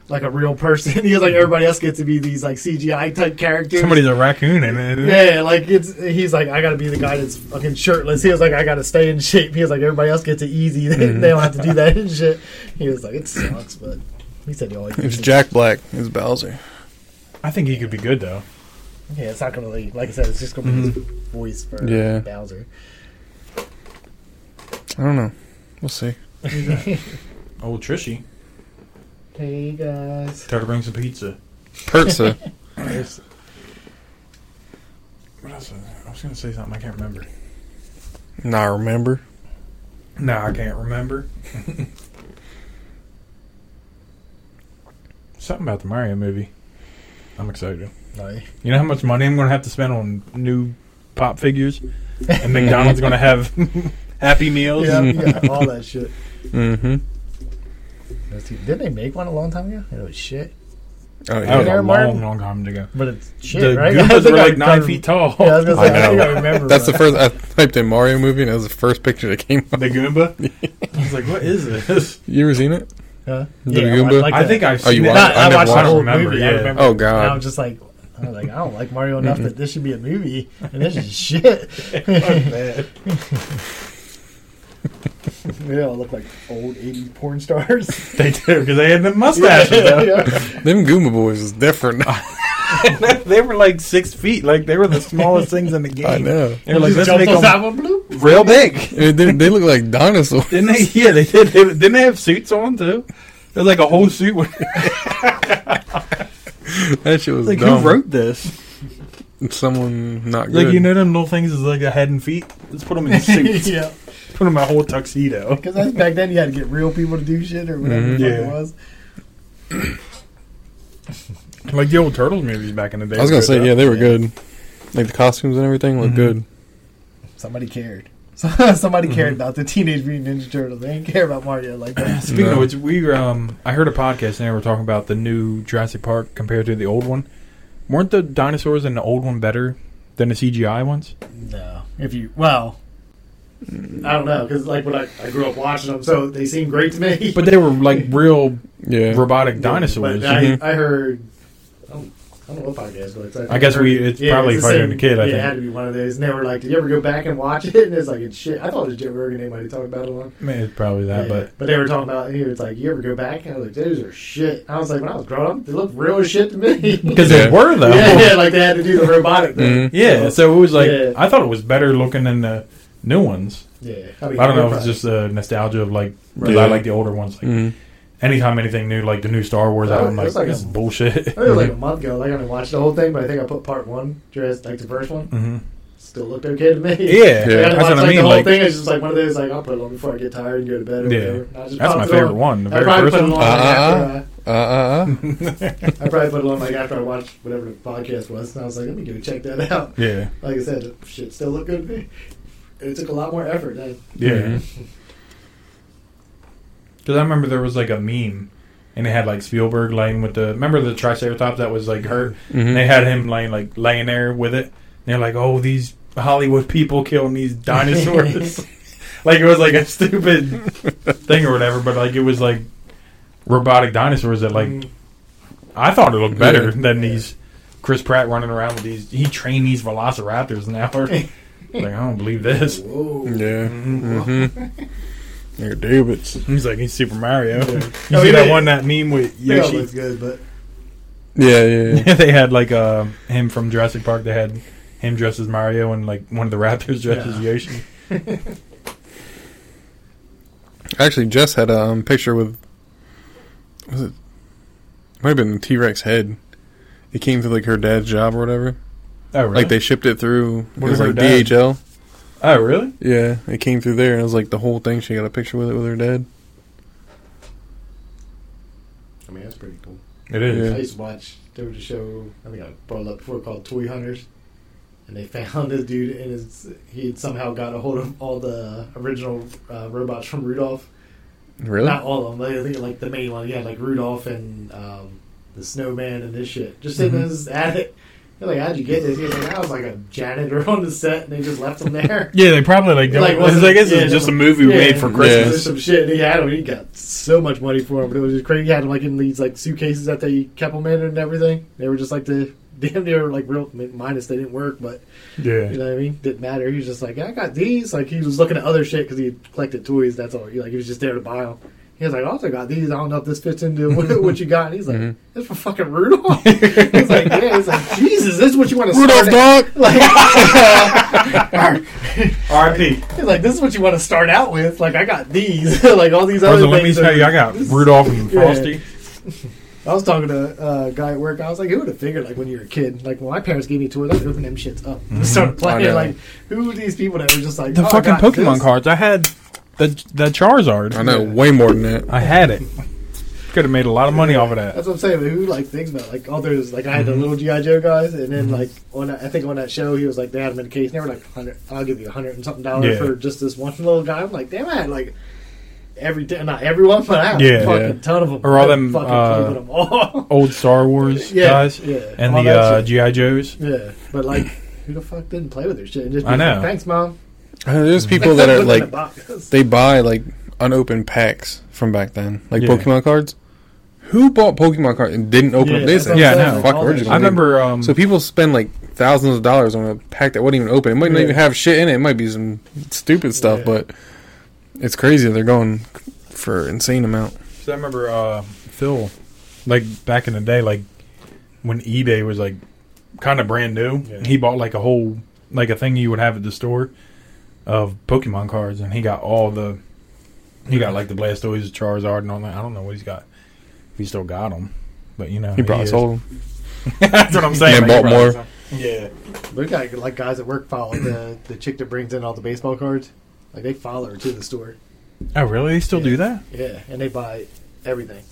S2: like a real person. he was like, everybody else gets to be these like CGI type characters.
S1: somebody's a raccoon in it.
S2: Yeah, like it's he's like I gotta be the guy that's fucking shirtless. He was like I gotta stay in shape. He was like everybody else gets it easy. They, they don't have to do that and shit. He was like it sucks, but he said he always.
S3: It's Jack Black is Bowser.
S1: I think he could be good though.
S2: Yeah, it's not gonna leave. Like I said, it's just gonna be
S1: Mm-hmm.
S2: his voice for
S3: Yeah.
S2: Bowser.
S3: I don't know. We'll see.
S1: Old Trishy,
S2: Hey guys,
S1: try to bring some pizza.
S3: Pertza.
S1: What else? was I I was gonna say something. I can't remember.
S3: nah, I remember.
S1: No, I can't remember. Something about the Mario movie. I'm excited.
S2: no,
S1: You know how much money I'm going to have to spend on new pop figures, and McDonald's going to have Happy Meals.
S2: yeah, yeah, all that shit.
S3: Mm-hmm.
S2: Let's see, Didn't they make one a long time ago? It was shit,
S3: Oh
S1: That was
S3: yeah.
S1: a
S2: Mario
S1: long,
S2: Martin?
S1: long time ago.
S2: but it's shit,
S1: The
S2: right? I
S1: Goombas
S2: think
S1: were
S2: I
S1: like nine
S2: remember-
S1: feet tall.
S2: Yeah, I was gonna
S3: I
S2: say I, think I
S3: know.
S2: remember.
S3: That's the
S2: that.
S3: first. I typed in Mario movie and that was the first picture that came up.
S1: the Goomba. I was like, what is this?
S3: You ever seen it?
S2: Huh?
S3: The
S2: Yeah, I
S3: Goomba?
S2: like
S1: I
S2: that.
S1: think I've
S3: Oh, you
S1: seen it.
S3: watched it? I
S1: I,
S3: never
S1: watched it. I
S3: watched
S1: don't
S2: it.
S1: remember.
S2: Movie, I
S1: yeah.
S2: remember.
S3: Oh
S2: And I was
S3: God.
S2: just like, I was like, I don't like Mario
S1: Mm-hmm.
S2: enough that this should be a movie, and this is shit. they all look like old '80s porn stars.
S1: They did because they had the mustaches. though.
S3: Them Goomba boys is different.
S1: they were like six feet. Like they were the smallest things in the game.
S3: I know.
S1: They were like, let's
S2: Jumped
S1: make
S2: on
S1: them
S2: top of bloop.
S1: real big.
S3: They, they look like dinosaurs.
S1: Didn't they? Yeah, they did. They, didn't they have suits on too? There's like a whole suit. With,
S3: That shit was
S1: like
S3: dumb.
S1: who wrote this?
S3: Someone not good.
S1: Like you know them little things is like a head and feet. Let's put them in suits.
S2: yeah,
S1: Put them in a whole tuxedo.
S2: because back then you had to get real people to do shit or whatever the fuck
S3: Mhm.
S1: Yeah.
S2: it was.
S1: Like the old turtles movies back in the day.
S3: I was gonna say yeah, they were
S2: Yeah.
S3: good. Like the costumes and everything looked
S1: Mhm.
S3: good.
S2: Somebody cared. So-
S1: Mm-hmm.
S2: Somebody cared about the Teenage Mutant Ninja Turtles. They didn't care about Mario like that.
S1: Speaking of
S3: No.
S1: which, we were, um, I heard a podcast and they were talking about the new Jurassic Park compared to the old one. Weren't the dinosaurs in the old one better than the CGI ones?
S2: No, if you well, I don't know because like when I, I grew up watching them, so they seem great to me.
S1: But they were like real
S3: Yeah.
S1: robotic
S2: But
S1: dinosaurs. Mm-hmm.
S3: Mhm.
S2: I, I heard. I don't, I don't know what podcast, but it's,
S1: I guess
S2: heard-
S1: we- it's probably
S2: the
S1: Fighter and the
S2: same-
S1: Kid, I
S2: yeah,
S1: think.
S2: it had to be one of those. And they were like, "Did you ever go back and watch it?" And it's like, "It's shit." I thought it was Joe Rogan. Anybody talking about it on?
S1: I mean, it's probably that,
S2: Yeah,
S1: but
S2: they were talking about here. It's like you ever go back and I was like, those are shit. I was like, when I was growing up, they looked real as shit to me.
S1: because
S3: Yeah.
S1: they were though. Mm-hmm.
S2: yeah, yeah, like they had to do the robotic thing.
S3: Mhm.
S1: Yeah, so it was like
S2: Yeah.
S1: I thought it was better looking than the new ones.
S2: yeah. I, mean,
S1: I don't know if
S2: they're
S1: it's just the nostalgia of like 'cause
S3: Yeah.
S1: I like the older ones. Like
S3: Mhm.
S1: anytime anything new, like the new Star Wars,
S2: Oh,
S1: album, I'm
S2: it's
S1: like,
S2: like
S1: this
S2: a-
S1: is bullshit.
S2: probably- I think it was like a month ago. Like I didn't watch the whole thing, but I think I put part one, just like the first one,
S1: hmm
S2: still looked okay to me.
S1: Yeah,
S2: Like, I
S3: Yeah,
S2: didn't
S1: that's
S2: watch,
S1: what I
S2: like,
S1: mean.
S2: The whole
S1: Like
S2: thing is just like one of those. Like I'll put it on before I get tired and go to bed. Or
S1: Yeah.
S2: whatever. And I
S1: that's
S2: just
S1: my
S2: popped it on.
S1: favorite one. The
S2: I
S1: very
S2: probably put
S1: first
S2: it on
S1: one. Uh-huh.
S2: like, after,
S3: Uh-uh.
S2: uh,
S3: Uh uh. uh.
S2: I probably put it on like after I watched whatever the podcast was, and I was like, let me go check that out.
S1: Yeah,
S2: like I said, the shit still looked good to me. It took a lot more effort. Then.
S1: yeah.
S3: Mhm.
S1: Because I remember there was like a meme, and it had like Spielberg laying with the remember the Triceratops that was like hurt.
S3: Mhm.
S1: And they had him laying like laying there with it. And they're like, "Oh, these Hollywood people killing these dinosaurs." like it was like a stupid thing or whatever, but like it was like robotic dinosaurs that like
S2: Mm.
S1: I thought it looked better
S3: Yeah.
S1: than these Chris Pratt running around with these. He trained these Velociraptors now. like I don't believe this.
S2: Whoa.
S3: Yeah.
S1: Mhm.
S3: Mm-hmm. They're Davids.
S1: He's like he's Super Mario.
S2: Yeah.
S1: You
S2: Oh,
S1: see
S2: yeah.
S1: that one that meme with
S2: Yeah, it
S1: Yoshi?
S2: looks good, but
S3: Yeah, yeah, yeah.
S1: they had like uh, him from Jurassic Park. They had him dressed as Mario and like one of the Raptors dressed as
S2: Yeah.
S1: Yoshi.
S3: Actually, Jess had a um, picture with. Was it? Might have been the T Rex head. It came through like her dad's job or whatever.
S1: Oh really?
S3: Like they shipped it through. It
S1: What
S3: was
S1: did her
S3: like
S1: dad-
S3: DHL.
S1: oh really?
S3: Yeah, it came through there, and it was like the whole thing. She got a picture with it with her dad.
S2: I mean that's pretty cool.
S1: It is.
S2: I used to watch. There was a show I think I brought it up before called Toy Hunters, and they found this dude and his, he had somehow got a hold of all the original uh, robots from Rudolph.
S3: Really?
S2: Not all of them. But I think like the main one. He had like Rudolph and um, the Snowman and this shit. Just sitting in his attic. They're like, how'd you get this? He was like, I was like a janitor on the set, and they just left him there.
S1: Yeah, they probably like.
S2: Like,
S1: Like,
S2: wasn't-
S1: like this
S2: yeah,
S1: is just a
S2: no-
S1: movie
S2: yeah.
S1: made for
S2: Yeah.
S1: Christmas.
S2: There's some shit. and He had him. He got so much money for him, but it was just crazy. He had him like in these like suitcases that they kept him in and everything. They were just like the damn near like real minus they didn't work, but
S1: Yeah.
S2: you know what I mean. Didn't matter. He was just like, I got these. Like he was looking at other shit because he collected toys. That's all. He, like he was just there to buy them. He was like, I also got these. I don't know if this fits into what, what you got. And he's like,
S3: Mhm.
S1: Mm-hmm.
S2: it's for fucking Rudolph. he's like, yeah. He's like, Jesus, this is what you want to
S3: Rudolph
S2: start out-
S3: dog.
S2: Like,
S1: R.I.P.
S2: He's like, this is what you want to start out with. Like, I got these. like, all these other
S1: Brother,
S2: things.
S1: let me tell you, I got Rudolph and
S2: Yeah.
S1: Frosty.
S2: I was talking to uh, a guy at work. I was like, who would have figured, like, when you were a kid? Like, when my parents gave me toys, I'd open them shits up and start
S3: I know.
S2: playing. Like, who are these people that were just like,
S1: Mm-hmm. Oh, The
S2: oh, I
S1: fucking
S2: got
S1: Pokemon
S2: this?
S1: cards. I had the the Charizard.
S3: I know way more than that.
S1: I had it. Could have made a lot of money off of that.
S2: That's what I'm saying. But who, like, thinks about, like, all those, like, I had
S1: Mm-hmm.
S2: the little G.I. Joe guys. And then, like, on that, I think on that show, he was like, they had him in a case. And they were like, 100, I'll give you a hundred and something dollars
S1: Yeah.
S2: for just this one little guy. I'm like, damn, I had, like, every, not everyone, but I had
S1: Yeah.
S2: a fucking
S3: Yeah.
S2: ton of them.
S1: Or all
S2: I
S1: them,
S2: fucking
S1: uh,
S2: played with them all.
S1: Old Star Wars
S2: Yeah,
S1: guys
S2: yeah.
S1: and
S2: All
S1: the
S2: that
S1: uh,
S2: shit.
S1: GI Joes.
S2: Yeah, but like, who the fuck didn't play with their shit? And just be
S1: I know.
S2: Like, Thanks, mom.
S3: Uh, There's
S1: Mm.
S3: people that are
S2: Put it in
S3: like
S2: a box.
S3: they buy like unopened packs from back then, like
S1: Yeah.
S3: Pokemon cards. Who bought Pokemon cards and didn't open
S2: Yeah,
S3: up this?
S2: that's what
S1: Yeah,
S2: I'm
S1: I
S2: saying,
S1: know.
S2: like,
S3: Fuck,
S2: all
S3: we're
S2: that
S3: just
S1: I
S2: shit.
S3: gonna leave
S1: remember. Um,
S3: So people spend like thousands of dollars on a pack that wouldn't even open. It might not
S2: Yeah.
S3: even have shit in it. It might be some stupid stuff,
S2: Yeah.
S3: but it's crazy. They're going for insane amount.
S1: So I remember uh, Phil, like back in the day, like when eBay was like kind of brand new.
S2: Yeah.
S1: He bought like a whole like a thing you would have at the store of Pokemon cards, and he got all the he got like the Blastoise, Charizard, and all that. I don't know what he's got. If he still got them, but you know
S3: He probably
S1: is.
S3: sold
S1: That's what I'm saying.
S3: And
S1: like,
S3: bought
S1: he probably
S3: more.
S1: sold- Yeah.
S2: We got like guys at work follow the the chick that brings in all the baseball cards. Like they follow her to the store.
S1: Oh really? They still
S2: Yeah.
S1: do that?
S2: Yeah, and they buy everything.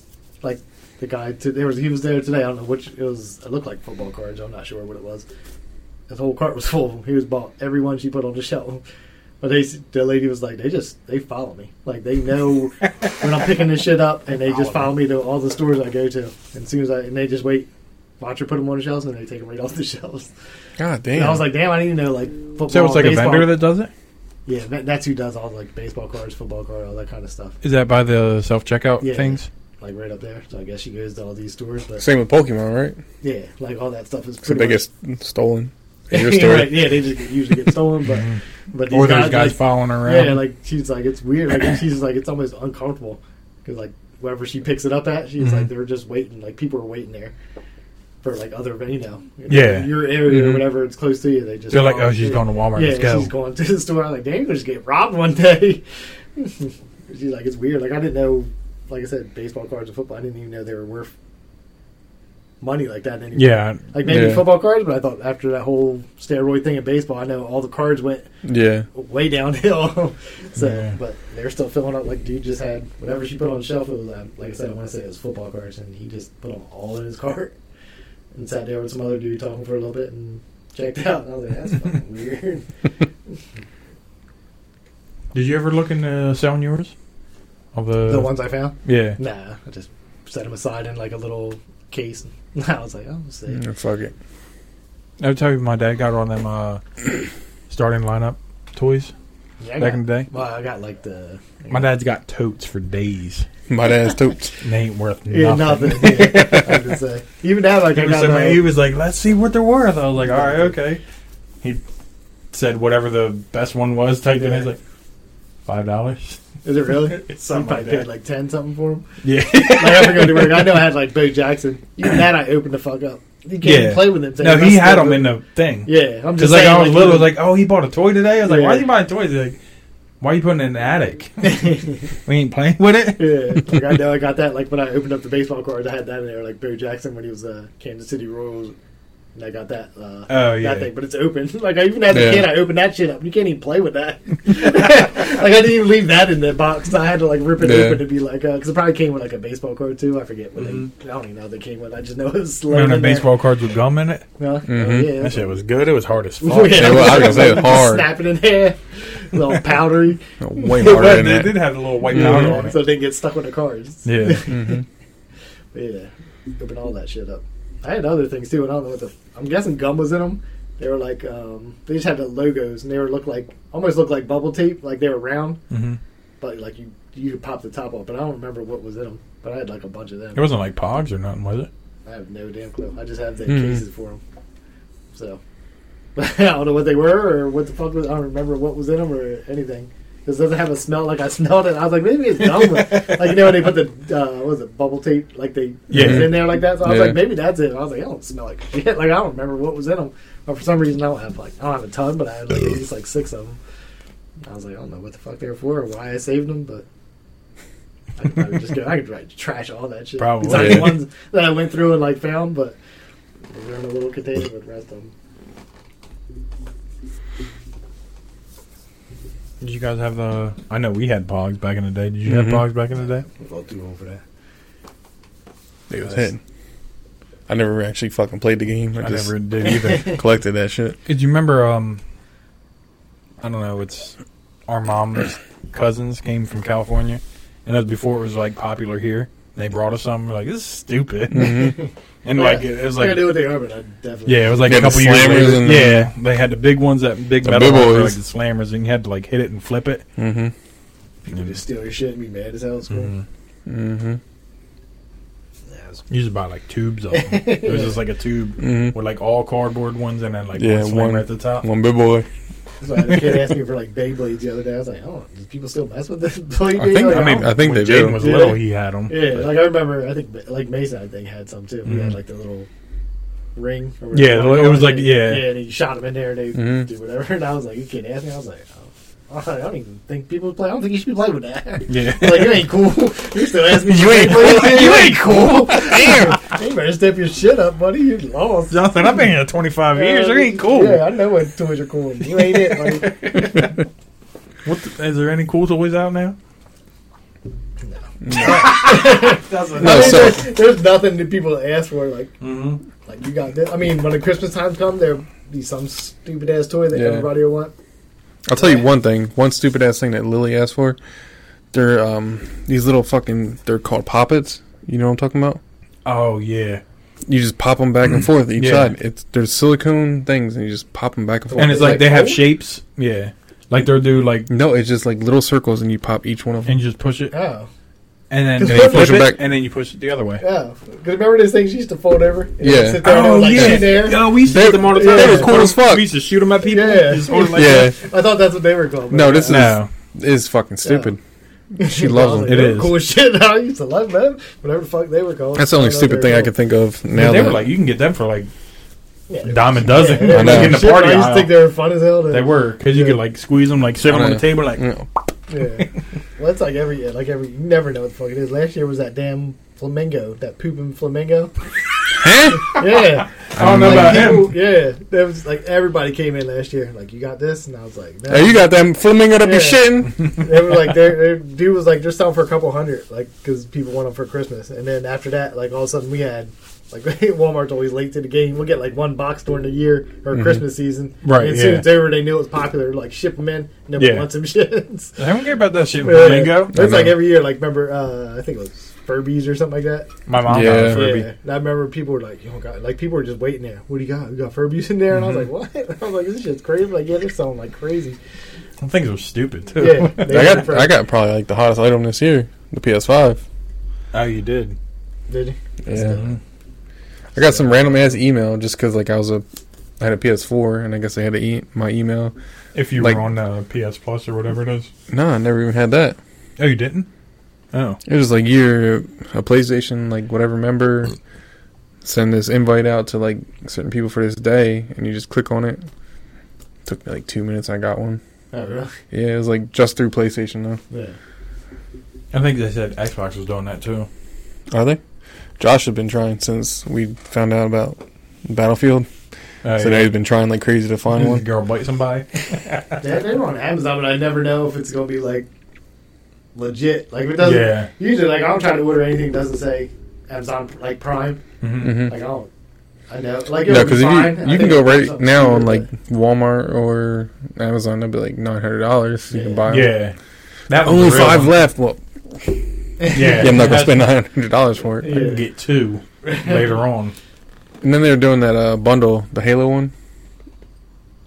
S2: Like the guy, to, there was he was there today. I don't know which it was. It looked like football cards. I'm not sure what it was. His whole cart was full. of them. He was bought every one she put on the shelf. But they, s- the lady was like, they just they follow me. Like they know when I'm picking this shit up, and they just follow me to all the stores I go to. And as soon as I and they just wait Watcher put them on the shelves, and they take them right off the shelves.
S3: God
S2: And
S3: damn.
S2: I was like, damn, I didn't know like football.
S1: So it's like
S2: baseball.
S1: a vendor that does it.
S2: yeah, that, that's who does all like baseball cards, football cards, all that kind of stuff.
S1: Is that by the self checkout
S2: Yeah.
S1: things?
S2: Like right up there. So I guess she goes to all these stores, but
S3: Same with Pokemon, right?
S2: yeah, like all that stuff is
S3: Except
S2: pretty
S3: they
S2: much-
S3: get s- stolen. In your
S2: Yeah,
S3: story.
S2: right, yeah, they just get- usually get stolen, but but these
S1: Or those guys
S2: like,
S1: following around?
S2: yeah, like she's like it's weird. Like she's like it's almost uncomfortable because like wherever she picks it up at, she's like
S1: Mhm.
S2: they're just waiting. Like people are waiting there for like other you know,
S1: Yeah. Mm-hmm.
S2: your area
S3: Mhm.
S2: or whatever it's close to you. They just
S1: They're like,
S2: follow
S1: oh, she's
S2: through.
S1: going to Walmart.
S2: Yeah,
S1: Let's go.
S2: she's going to the store. I'm like, damn, you just get robbed one day. she's like, it's weird. Like I didn't know. Like I said, baseball cards and football. I didn't even know they were worth money like that anymore.
S1: yeah,
S2: Like maybe
S3: Yeah.
S2: football cards, but I thought after that whole steroid thing in baseball, I know all the cards went
S3: Yeah.
S2: way downhill. so,
S1: Yeah.
S2: but they're still filling up. Like dude just had whatever she put on the shelf. It was um, like I said, I want to say it was football cards, and he just put them all in his cart and sat there with some other dude talking for a little bit and checked out. And I was like, that's fucking weird.
S1: Did you ever look into selling yours? Of the,
S2: the ones I found,
S1: yeah.
S2: nah, I just set them aside in like a little case. And I was like, oh, sick.
S3: Mm, fuck it.
S1: Every time my dad got on them uh, starting lineup toys
S2: Yeah, I
S1: back in
S2: got,
S1: the day.
S2: well, I got like the
S1: My dad's got totes for days.
S3: My dad's totes.
S1: And they ain't worth nothing.
S2: yeah, nothing. yeah, I could say. Even now, like
S1: He
S2: I
S1: was, like,
S2: got uh,
S1: he was like, "Let's see what they're worth." I was like, "All right, okay." He said whatever the best one was. Typed in, he's
S2: Yeah.
S1: like, five dollars.
S2: Is it really?
S1: It's
S2: I
S1: something
S2: probably
S1: like
S2: paid
S1: that.
S2: like ten something for him.
S1: Yeah,
S2: Like I have to go to work. I know I had like Bo Jackson. Even that I opened the fuck up. You can't
S1: Yeah.
S2: even play with him.
S1: no, he had them in the thing.
S2: Yeah, I'm
S1: Because
S2: just
S1: like
S2: saying,
S1: I was little, I was
S2: like
S1: like, "Oh, he bought a toy today." I was like, "Why
S2: Yeah.
S1: is he buying toys?" He's like, "Why are you putting it in the attic? we ain't playing with it."
S2: yeah, like I know I got that. Like when I opened up the baseball cards, I had that in there. Like Bo Jackson when he was uh, Kansas City Royals, and I got that. Uh,
S1: Oh yeah,
S2: That thing, but it's open. Like I even as
S3: Yeah.
S2: a kid, I opened that shit up. You can't even play with that. like I didn't even leave that in the box. I had to like rip it
S3: Yeah.
S2: open to be like, because it probably came with like a baseball card too. I forget what they. I don't even know what they came with. I just know it was.
S1: Mm-hmm. Remember
S2: slammed
S1: the
S2: in there.
S1: baseball cards with gum in it?
S2: Huh?
S3: Mhm.
S2: Oh, yeah.
S1: That shit was good. It was hard as
S2: Yeah,
S1: fuck.
S3: Yeah, well, I was gonna say it's hard.
S2: Snap it in half, a little powdery,
S3: Oh, Way
S1: But
S3: more than
S1: they did
S3: that.
S1: have a little white
S3: Yeah.
S1: powder on it.
S2: so it didn't get stuck with the cars.
S1: Mm-hmm. Yeah,
S3: hmm
S2: yeah, open all that shit up. I had other things too, and I don't know what the. I'm guessing gum was in them. They were like, um, they just had the logos, and they were looked like almost looked like bubble tape, like they were round,
S1: hmm
S2: but like you you could pop the top off. But I don't remember what was in them. But I had like a bunch of
S1: it
S2: them.
S1: wasn't like Pogs or nothing, was it?
S2: I have no damn clue. I just have the
S3: Mhm.
S2: cases for them. So I don't know what they were or what the fuck was. I don't remember what was in them or anything. This doesn't have a smell like I smelled it. I was like, maybe it's gum. like you know when they put the uh, what was it bubble tape like they
S1: Yeah.
S2: it's in there like that. So I was
S3: Yeah.
S2: like, maybe that's it. I was like, I don't smell like shit. Like I don't remember what was in them. But for some reason, I don't have like I don't have a ton, but I had like at least like six of them. I was like, I don't know what the fuck they were for or why I saved them, but I could probably just go. I could like, trash all that shit.
S1: Probably.
S2: Besides the
S3: Yeah.
S2: ones that I went through and like found, but they're in a little container with the rest of them.
S1: Did you guys have uh, Mm-hmm. the? I know we had Pogs back in the day. Did you
S3: Mhm.
S1: have Pogs back in the day?
S2: We're all too old for that.
S3: They was hitting. I never actually fucking played the game. I,
S1: I
S3: just
S1: never did either.
S3: collected that shit.
S1: Did you remember? Um, I don't know. It's our mom's cousins came from California, and that was before it was like popular here. And they brought us some. We're like, this is stupid,
S3: Mhm.
S1: and like it, it was
S2: I
S1: like,
S2: knew what they are, but I definitely
S1: yeah, it was like
S3: Yeah,
S1: a
S3: the
S1: couple years
S3: slammers
S1: later.
S3: and-
S1: yeah, they had the big ones that big
S3: The
S1: metal ones, were,
S3: big
S1: like
S3: boys.
S1: the slammers, and you had to like hit it and flip it.
S3: Mhm.
S2: people just steal your shit and be mad as hell at school.
S1: Mhm.
S3: Mhm.
S2: Yeah, it was-
S1: You just buy like tubes of them. it was just like a tube
S3: Mhm.
S1: with like all cardboard ones, and then like
S3: Yeah,
S1: one slammer
S3: one-
S1: at the top.
S3: One big boy.
S2: that's why I had a kid asked me for like Beyblades the other day. I was like, oh, do people still mess with this Beyblade?
S3: I think-
S2: Like,
S1: I mean,
S3: I think
S1: when
S3: they
S1: Jaden
S3: do.
S1: was
S2: Yeah.
S1: little, he had them.
S2: Yeah, like I remember, I think like Mason, I think had some too. We
S1: Mhm.
S2: had like the little ring. Or
S1: Yeah,
S2: whatever
S1: it was like-
S2: and-
S1: yeah. Mm-hmm.
S2: yeah. And he shot him in there, and they
S3: Mhm.
S2: do whatever. And I was like, you can't ask me. I was like, oh, I don't even think people play. I don't think you should be playing with that.
S1: Yeah.
S2: like you ain't cool. You still ask me.
S1: You
S2: to
S1: ain't-
S2: play with that?
S1: you ain't cool.
S2: Damn, you better step your shit up, buddy. You lost.
S1: Jonathan, I've been here 25 years. It ain't cool.
S2: Yeah, I know what toys are cool. You ain't it, buddy.
S1: What the, is there any cool toys out now?
S3: No,
S2: I mean,
S3: so
S2: there's, there's nothing that people ask for. Like
S1: Mm-hmm.
S2: Like you got this. I mean, when the Christmas time comes, there'll be some stupid ass toy that
S3: Yeah.
S2: everybody will want.
S3: I'll tell you one thing. One stupid ass thing that Lily asked for. They're um these little fucking. They're called poppets. You know what I'm talking about?
S1: Oh yeah,
S3: you just pop them back and forth each
S1: Mm. Yeah.
S3: side. It's there's silicone things, and you just pop them back and forth.
S1: And it's like,
S2: Like
S1: they have
S2: gold?
S1: shapes. Yeah. Like they'll do like
S3: no, it's just like little circles, and you pop each one of them.
S1: and you just push it
S2: Oh,
S1: and then, and
S2: Just
S1: then you
S2: flip
S1: push
S3: it
S1: it
S3: back.
S1: and then you push it the other way. Oh,
S2: yeah. Because remember those things you used to fold over? And you
S3: Yeah.
S2: sit there and it was like in there?
S1: Yo, we used to
S3: They-
S1: get them all the time.
S2: they were
S1: Just
S3: cool
S1: put
S3: as
S1: them-
S3: fuck.
S1: We used to shoot them at people.
S2: Yeah.
S1: Just hold it like
S3: yeah,
S2: I thought that's what they were called. but
S3: No, this
S1: that. No.
S3: it's fucking stupid. She
S2: I
S3: loves
S2: was
S3: them.
S1: It
S2: "Yo,
S1: is.
S2: Cool shit. I used to love them. Whatever the fuck they were called.
S3: That's the only
S2: I don't know
S3: stupid
S2: what
S3: thing
S2: were
S3: I could think of
S1: Yeah,
S3: now.
S1: they
S3: That
S1: were like you can get them for like
S2: called.
S1: a
S2: Yeah,
S1: dime a dozen.
S2: Yeah,
S3: I
S1: like
S3: know.
S1: in the
S2: shit,
S1: party
S2: I used to
S1: aisle.
S2: think they were fun as hell. to-
S1: They were because you
S2: Yeah.
S1: could like squeeze them, like sit
S3: Mm. I
S1: them on the
S3: know.
S1: table, like
S3: Yeah.
S2: Yeah. well, it's like every yeah, like every you never know what the fuck it is. Last year was that damn flamingo, that pooping flamingo.
S3: Huh?
S2: Yeah,
S1: I don't know
S3: Like,
S1: about
S2: People-
S1: him.
S2: yeah. That was like everybody came in last year. Like you got this, and I was like, no.
S3: Hey, you got them flamingo up
S2: Yeah.
S3: your shitting?
S2: They were like, their, their dude was like, they're selling for a couple hundred, like because people want them for Christmas. And then after that, like all of a sudden we had. Like Walmart's always late to the game. We'll get like one box during the year or Christmas season.
S1: Right,
S2: And as soon
S1: yeah.
S2: as they were, they knew it was popular. Like ship them in. Nobody
S1: Yeah.
S2: wants them shits.
S1: I don't care about that shit.
S2: Yeah.
S1: Flamingo.
S2: It's
S3: I
S2: like
S3: know.
S2: every year. Like remember, uh, I think it was Furbies or something like that.
S1: My mom
S3: Yeah.
S1: got a Furby.
S2: Yeah. And I remember people were like, "You don't got like people were just waiting there. What do you got? You got Furbies in there?" And I was like, "What?" I was like, "This shit's crazy." Like, yeah, they're selling like crazy.
S1: Them things are stupid too.
S2: Yeah,
S3: I
S2: they
S3: got
S2: were-
S3: I got probably like the hottest item this year, the PS5.
S1: oh, you did.
S2: Did you?
S3: Yeah. I got some random ass email just because like I was a I had a PS4 and I guess I had to eat my email.
S1: If you
S3: Like-
S1: were on uh, PS Plus or whatever it is.
S3: No, I never even had that.
S1: Oh, you didn't. Oh,
S3: It was like you're a PlayStation like whatever member send this invite out to like certain people for this day and you just click on it. Took me like two minutes. I got one.
S2: I don't know.
S3: Yeah, it was like just through PlayStation though.
S2: Yeah.
S1: I think they said Xbox was doing that too.
S3: Are they? Josh had been trying since we found out about Battlefield.
S1: Oh,
S3: so now he's been trying like crazy to find
S1: Does the
S3: one.
S1: girl bite somebody?
S2: They, they were on Amazon, but I never know if it's gonna be like legit. Like if it doesn't.
S1: Yeah.
S2: Usually, like I don't try to order anything that doesn't say Amazon like Prime.
S1: Mm-hmm.
S3: hmm
S2: Like I don't. I know. Like it
S3: No,
S2: would be
S3: because you,
S2: fine. I
S3: you can
S2: think
S3: go
S2: it'd be
S3: right
S2: something
S3: now
S2: stupid,
S3: on
S2: but-
S3: like Walmart or Amazon. It'll be like nine hundred dollars. You can
S2: Yeah.
S3: buy 'em.
S1: Yeah. That was
S3: Only
S1: the real
S3: five
S1: one.
S3: left. Well,
S1: Yeah.
S3: yeah, I'm not gonna spend nine hundred dollars for it.
S1: I can get two later on.
S3: And then they're doing that uh, bundle, the Halo one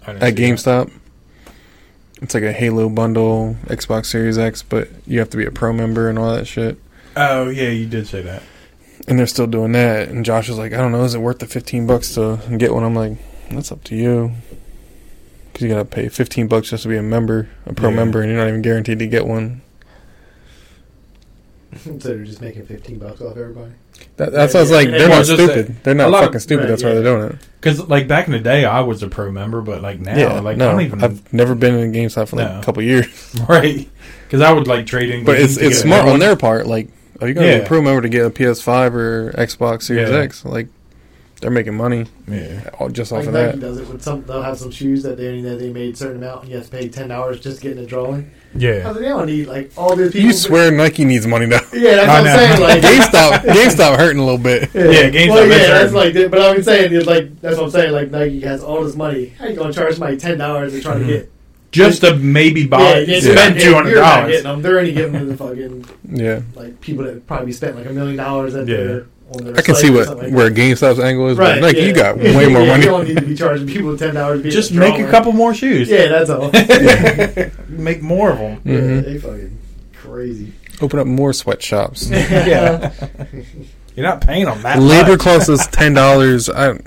S1: I didn't
S3: at
S1: see
S3: GameStop. It's like a Halo bundle, Xbox Series X, but you have to be a pro member and all that shit.
S1: that. Oh yeah, you did say that.
S3: And they're still doing that. And Josh is like, I don't know, is it worth the fifteen bucks to get one? I'm like, that's up to you. Because you gotta pay fifteen bucks just to be a member, a pro
S1: Yeah.
S3: member, and you're not even guaranteed to get one.
S2: so they're just making fifteen bucks off everybody.
S3: That, that's what I was like.
S1: Yeah,
S3: They're
S1: well,
S3: not
S1: just that-
S3: stupid. they're not
S1: a lot of-
S3: fucking stupid.
S2: right,
S3: that's why
S2: yeah.
S3: they're doing it.
S1: Because like back in the day, I was a pro member, but like now,
S3: yeah,
S1: like
S3: no,
S1: I
S3: I
S1: don't even
S3: have never been in a GameStop for like
S1: No.
S3: a couple years.
S1: right. Because I would like trade in,
S3: But
S1: games
S3: it's
S1: to
S3: it's
S1: get
S3: smart
S1: another
S3: on
S1: one.
S3: their part. Like, are you gonna be
S1: Yeah.
S3: a pro member to get a PS5 or Xbox Series
S1: Yeah.
S3: X? Like, they're making money
S1: Yeah.
S3: all- just off
S2: Like
S3: of
S2: Nike
S3: that.
S2: does it with some. They'll have some shoes that they only know they made a certain amount, and you have to pay ten dollars just to get in a drawing. I
S1: Yeah.
S2: was like, they don't need like all these people.
S3: You swear Nike needs money now.
S2: Yeah, that's
S1: I
S2: what I'm
S1: know.
S2: saying. Like,
S3: GameStop, GameStop hurting a little bit.
S1: Yeah, GameStop
S2: Well,
S1: is
S2: yeah,
S1: hurting.
S2: that's like. But I'm saying is like that's what I'm saying. Like Nike has all this money. How you gonna charge somebody ten dollars and try to get?
S1: Just to maybe buy
S2: yeah, you're not
S1: Mm-hmm. spend
S2: getting-
S1: two hundred
S2: you're not getting
S1: dollars.
S2: them. They're only giving them the fucking
S3: Yeah,
S2: like people that probably spent like a million dollars at
S1: Yeah.
S2: their. On their
S3: I can
S2: site
S3: see
S2: or
S3: what
S2: something like
S3: where GameStop's angle is.
S2: that. Right,
S3: But Nike,
S2: yeah.
S3: you got way more
S2: Yeah,
S3: money.
S2: You don't need to be charging people ten dollars.
S1: Just make a couple more shoes.
S2: Yeah, that's all.
S3: Mm-hmm.
S1: Make more of them.
S2: Yeah,
S3: Mhm.
S2: they fucking crazy.
S3: Open up more sweatshops.
S1: yeah. You're not paying them that
S3: Labor
S1: much.
S3: cost is ten dollars. I, I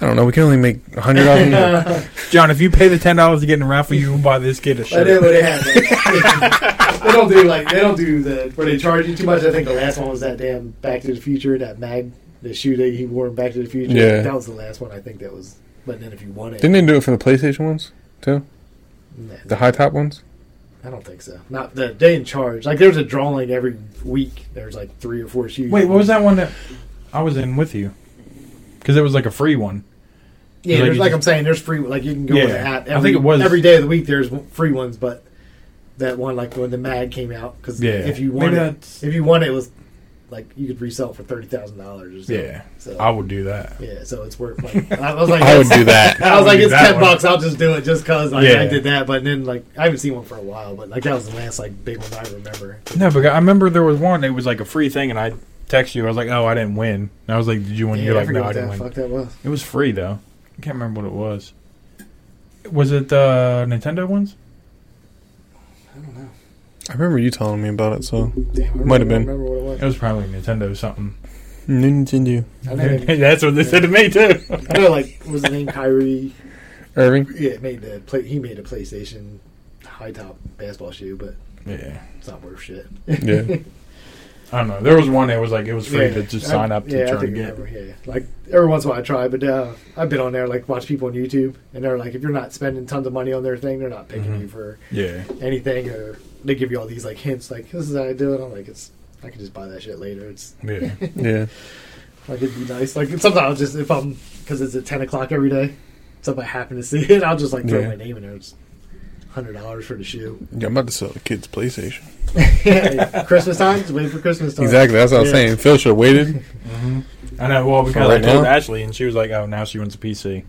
S3: don't know. We can only make a hundred of them.
S1: John, if you pay the ten dollars to get in a raffle, you can buy this kid a
S2: I did
S1: shirt.
S2: what they had. like- they don't do like they don't do the where they charge you too much. I think the last one was that damn Back to the Future, that mag, the shoe that he wore in Back to the Future.
S3: Yeah.
S2: that was the last one. I think that was. But then if you want it,
S3: Didn't they do it for the PlayStation ones too?
S2: nah,
S3: The high top ones.
S2: I don't think so. Not the they in charge. Like there was a drawing every week. There's like three or four shoes.
S1: Wait, what was that one that I was in with you? Because it was like a free one.
S2: Yeah,
S1: Like
S2: there's,
S1: you
S2: like
S1: just-
S2: I'm saying, there's free. Like you can go
S1: Yeah.
S2: on the app.
S1: I
S2: Every,
S1: think it was-
S2: every day of the week. There's w- free ones, but that one, like when the mag came out, because
S1: Yeah.
S2: if you
S1: Maybe
S2: want it,
S1: that's-
S2: if you want it, it was like you could resell it for thirty thousand dollars. or something.
S1: Yeah.
S2: So
S1: I would do that.
S2: yeah, so it's worth. Like, I was like,
S3: I would
S2: it's-
S3: do that.
S2: I was like,
S1: do
S2: it's
S1: that
S2: ten
S1: one.
S2: bucks. I'll just do it just cause like,
S1: Yeah.
S2: I did that. But then like I haven't seen one for a while. But like that was the last like big one I remember.
S1: No, but I remember there was one. It was like a free thing, and I text you. I was like, "Oh, I didn't win." And I was like, "Did you win?"
S2: yeah,
S1: You're
S2: I
S1: like,
S2: forget
S1: "No, I
S2: what
S1: didn't
S2: that
S1: win."
S2: fuck that was.
S1: It was free though. I can't remember what it was. Was it the Nintendo ones?
S2: I don't know.
S3: I remember you telling me about it, so
S2: Damn, I
S3: Might
S2: really don't
S3: have been.
S2: Remember what it was.
S1: It was probably Nintendo something.
S3: Nintendo.
S2: I think it-
S1: That's what they said to me too.
S2: I know, like, was the name Kyrie?
S3: Irving.
S2: Yeah, made the play. He made a PlayStation high top basketball shoe, but
S1: yeah,
S2: it's not worth shit.
S3: Yeah.
S1: I don't know. There was one that was like it was free to just
S2: I-
S1: sign up to
S2: yeah, I
S1: try to
S2: think
S1: get.
S2: remember, yeah, like every once in a while I try, but uh, I've been on there like watch people on YouTube, and they're like, if you're not spending tons of money on their thing, they're not picking
S1: Mhm.
S2: you for
S1: Yeah,
S2: anything, or they give you all these like hints, like this is how I do it. I'm like, it's I can just buy that shit later. It's
S1: yeah.
S3: Yeah.
S2: like it'd be nice. Like sometimes I'll just if I'm because it's at ten o'clock every day, so if I happen to see it, I'll just like throw
S3: Yeah.
S2: my name in there. It's hundred dollars for the shoe.
S3: yeah. I'm about to sell the kids PlayStation.
S2: Christmas time, just wait for Christmas time.
S3: Exactly. That's what I was
S2: Yeah.
S3: saying. Phil should have waited.
S1: hmm I know. Well, because
S3: Right
S1: I told
S3: now?
S1: Ashley, and she was like, "Oh, now she wants a PC."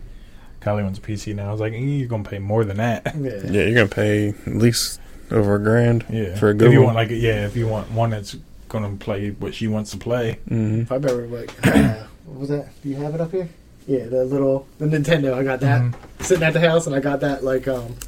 S1: Kylie wants a PC now. I was like, eh, "You're gonna pay more than that."
S2: Yeah.
S3: Yeah, you're gonna pay at least over a grand
S1: Yeah,
S3: for a good
S1: if you
S3: one.
S1: want like yeah, if you want one that's gonna play what she wants to play.
S3: hmm
S2: I remember what, uh, what was that? Do you have it up here? Yeah, the little the Nintendo. I got that
S1: Mhm.
S2: sitting at the house, and I got that like um.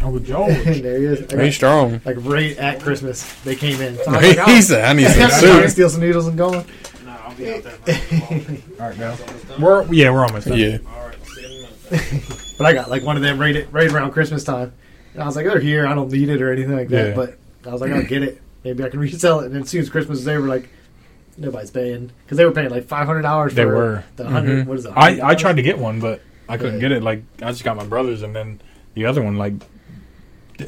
S1: Oh, with
S2: there he
S1: George.
S2: is. I
S3: Be
S2: got,
S3: strong.
S2: like right at Christmas, they came in. So I was like,
S3: he said, "I need some
S2: I'm trying to
S3: soup."
S2: steal some noodles and going.
S4: No, I'll be out there. Alright,
S1: All right, now we're yeah, we're almost done.
S3: Yeah,
S4: see you in a minute.
S2: But I got like one of them right at, right around Christmas time, and I was like, "They're here. I don't need it or anything like
S1: Yeah.
S2: that." But I was like, "I'll get it. Maybe I can resell it." And then as soon as Christmas is over, like nobody's paying because they were paying like five hundred dollars.
S1: They
S2: for
S1: were. Mm-hmm.
S2: the 100
S3: Mhm.
S2: What is it?
S1: I I
S2: $100?
S1: tried to get one, but I couldn't
S2: Yeah.
S1: get it. Like I just got my brother's, and then the other one. Like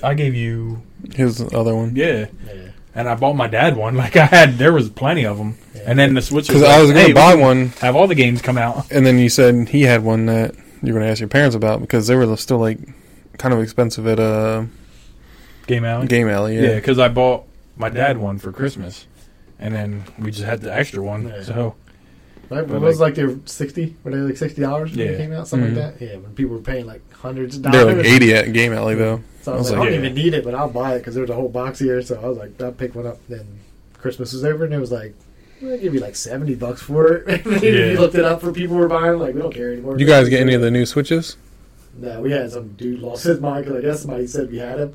S1: I gave you
S3: here's the other one.
S1: yeah,
S2: Yeah.
S1: and I bought my dad one. Like I had there was plenty of them,
S2: Yeah.
S1: and then the Switch.
S3: Because
S1: like,
S3: I was gonna
S1: "Hey,
S3: buy one,
S1: have all the games come out.
S3: and then you said he had one that you were gonna ask your parents about because they were still like kind of expensive at uh,
S1: Game out.
S3: Game Alley.
S1: Yeah,
S3: Yeah,
S1: because I bought my dad one for Christmas, and then we just had the extra one.
S2: Yeah.
S1: So
S2: Right,
S1: But,
S2: it was like they were sixty. Were they like sixty dollars when
S1: Yeah. Mm-hmm.
S2: they came out, something
S3: Mhm.
S2: like that? Yeah, when people were paying like hundreds of
S3: they're
S2: dollars.
S3: like eighty at Game Alley though.
S2: So I was,
S3: I was
S2: like, I
S1: like,
S2: don't
S1: yeah.
S2: even need it, but I'll buy it because there's a whole box here. So I was like, I'll pick one up. Then Christmas was over, and it was like, well, they give you like seventy bucks for it. And
S1: Yeah.
S2: You looked it up for people who were buying. Like we don't care anymore.
S3: You guys get any of the new switches?
S2: No, we had some dude lost his mind because I guess somebody said we had him.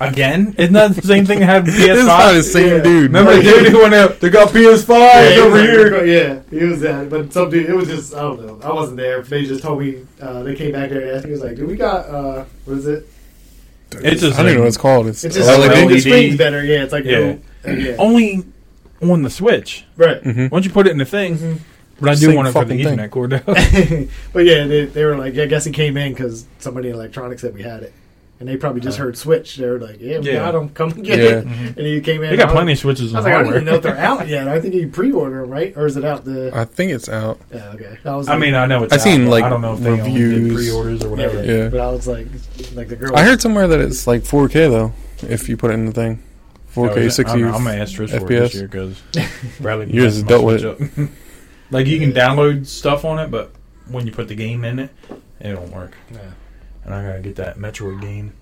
S1: again, isn't that the same thing that happened to
S3: It's not the
S1: PS5?
S3: same
S2: Yeah.
S3: dude.
S1: Remember the dude who went out? They got PS5
S2: he was
S1: over
S2: like-
S1: here.
S2: Yeah, he was that. But some dude, it was just, I don't know. I wasn't there. They just told me, uh, they came back there and asked me, he was like, do we got, uh, what is it?
S1: It's just E
S3: I don't even know what it's called. It's, E
S2: It's just
S1: LED.
S2: the screen's better. Yeah, it's like
S1: Yeah.
S2: no- yeah.
S3: Oh.
S1: Only on the Switch.
S2: right.
S3: hmm
S1: Why don't you put it in the thing?
S2: Mm-hmm.
S1: But I do
S3: Same
S1: want it for the
S3: fucking thing.
S1: Ethernet cord. though.
S2: but yeah, they, they were like, I guess he came in because somebody in electronics said we had it, and they probably just
S1: Uh.
S2: heard Switch. They were like, yeah, we
S1: Yeah.
S2: got 'em. Come and get
S3: Yeah.
S2: it. And he came in.
S1: they got
S2: and I was-
S1: plenty of switches
S2: I
S1: on
S2: was like, I don't even know if
S1: hardware.
S2: they're out yet. I think you pre-order 'em, right? Or is it out the?
S3: I think it's out.
S2: yeah, okay. I was.
S1: I
S2: Like,
S1: mean, I know it's.
S3: I've
S1: out,
S3: seen,
S1: but
S3: like,
S1: I don't know if they only did
S3: reviews.
S1: pre-orders or whatever.
S3: Yeah.
S2: But I was like, like the girl.
S3: I heard somewhere that it's like 4K though, if you put it in the thing.
S1: So is
S3: 4K,
S1: it- I
S3: 60.
S1: don't know, Oh, I'm gonna ask Trish for it
S3: FPS.
S1: this year because Bradley
S3: Yours is dealt with
S1: it. like you can download stuff on it, but when you put the game in it, it don't work.
S2: Yeah,
S1: And I gotta get that Metroid game.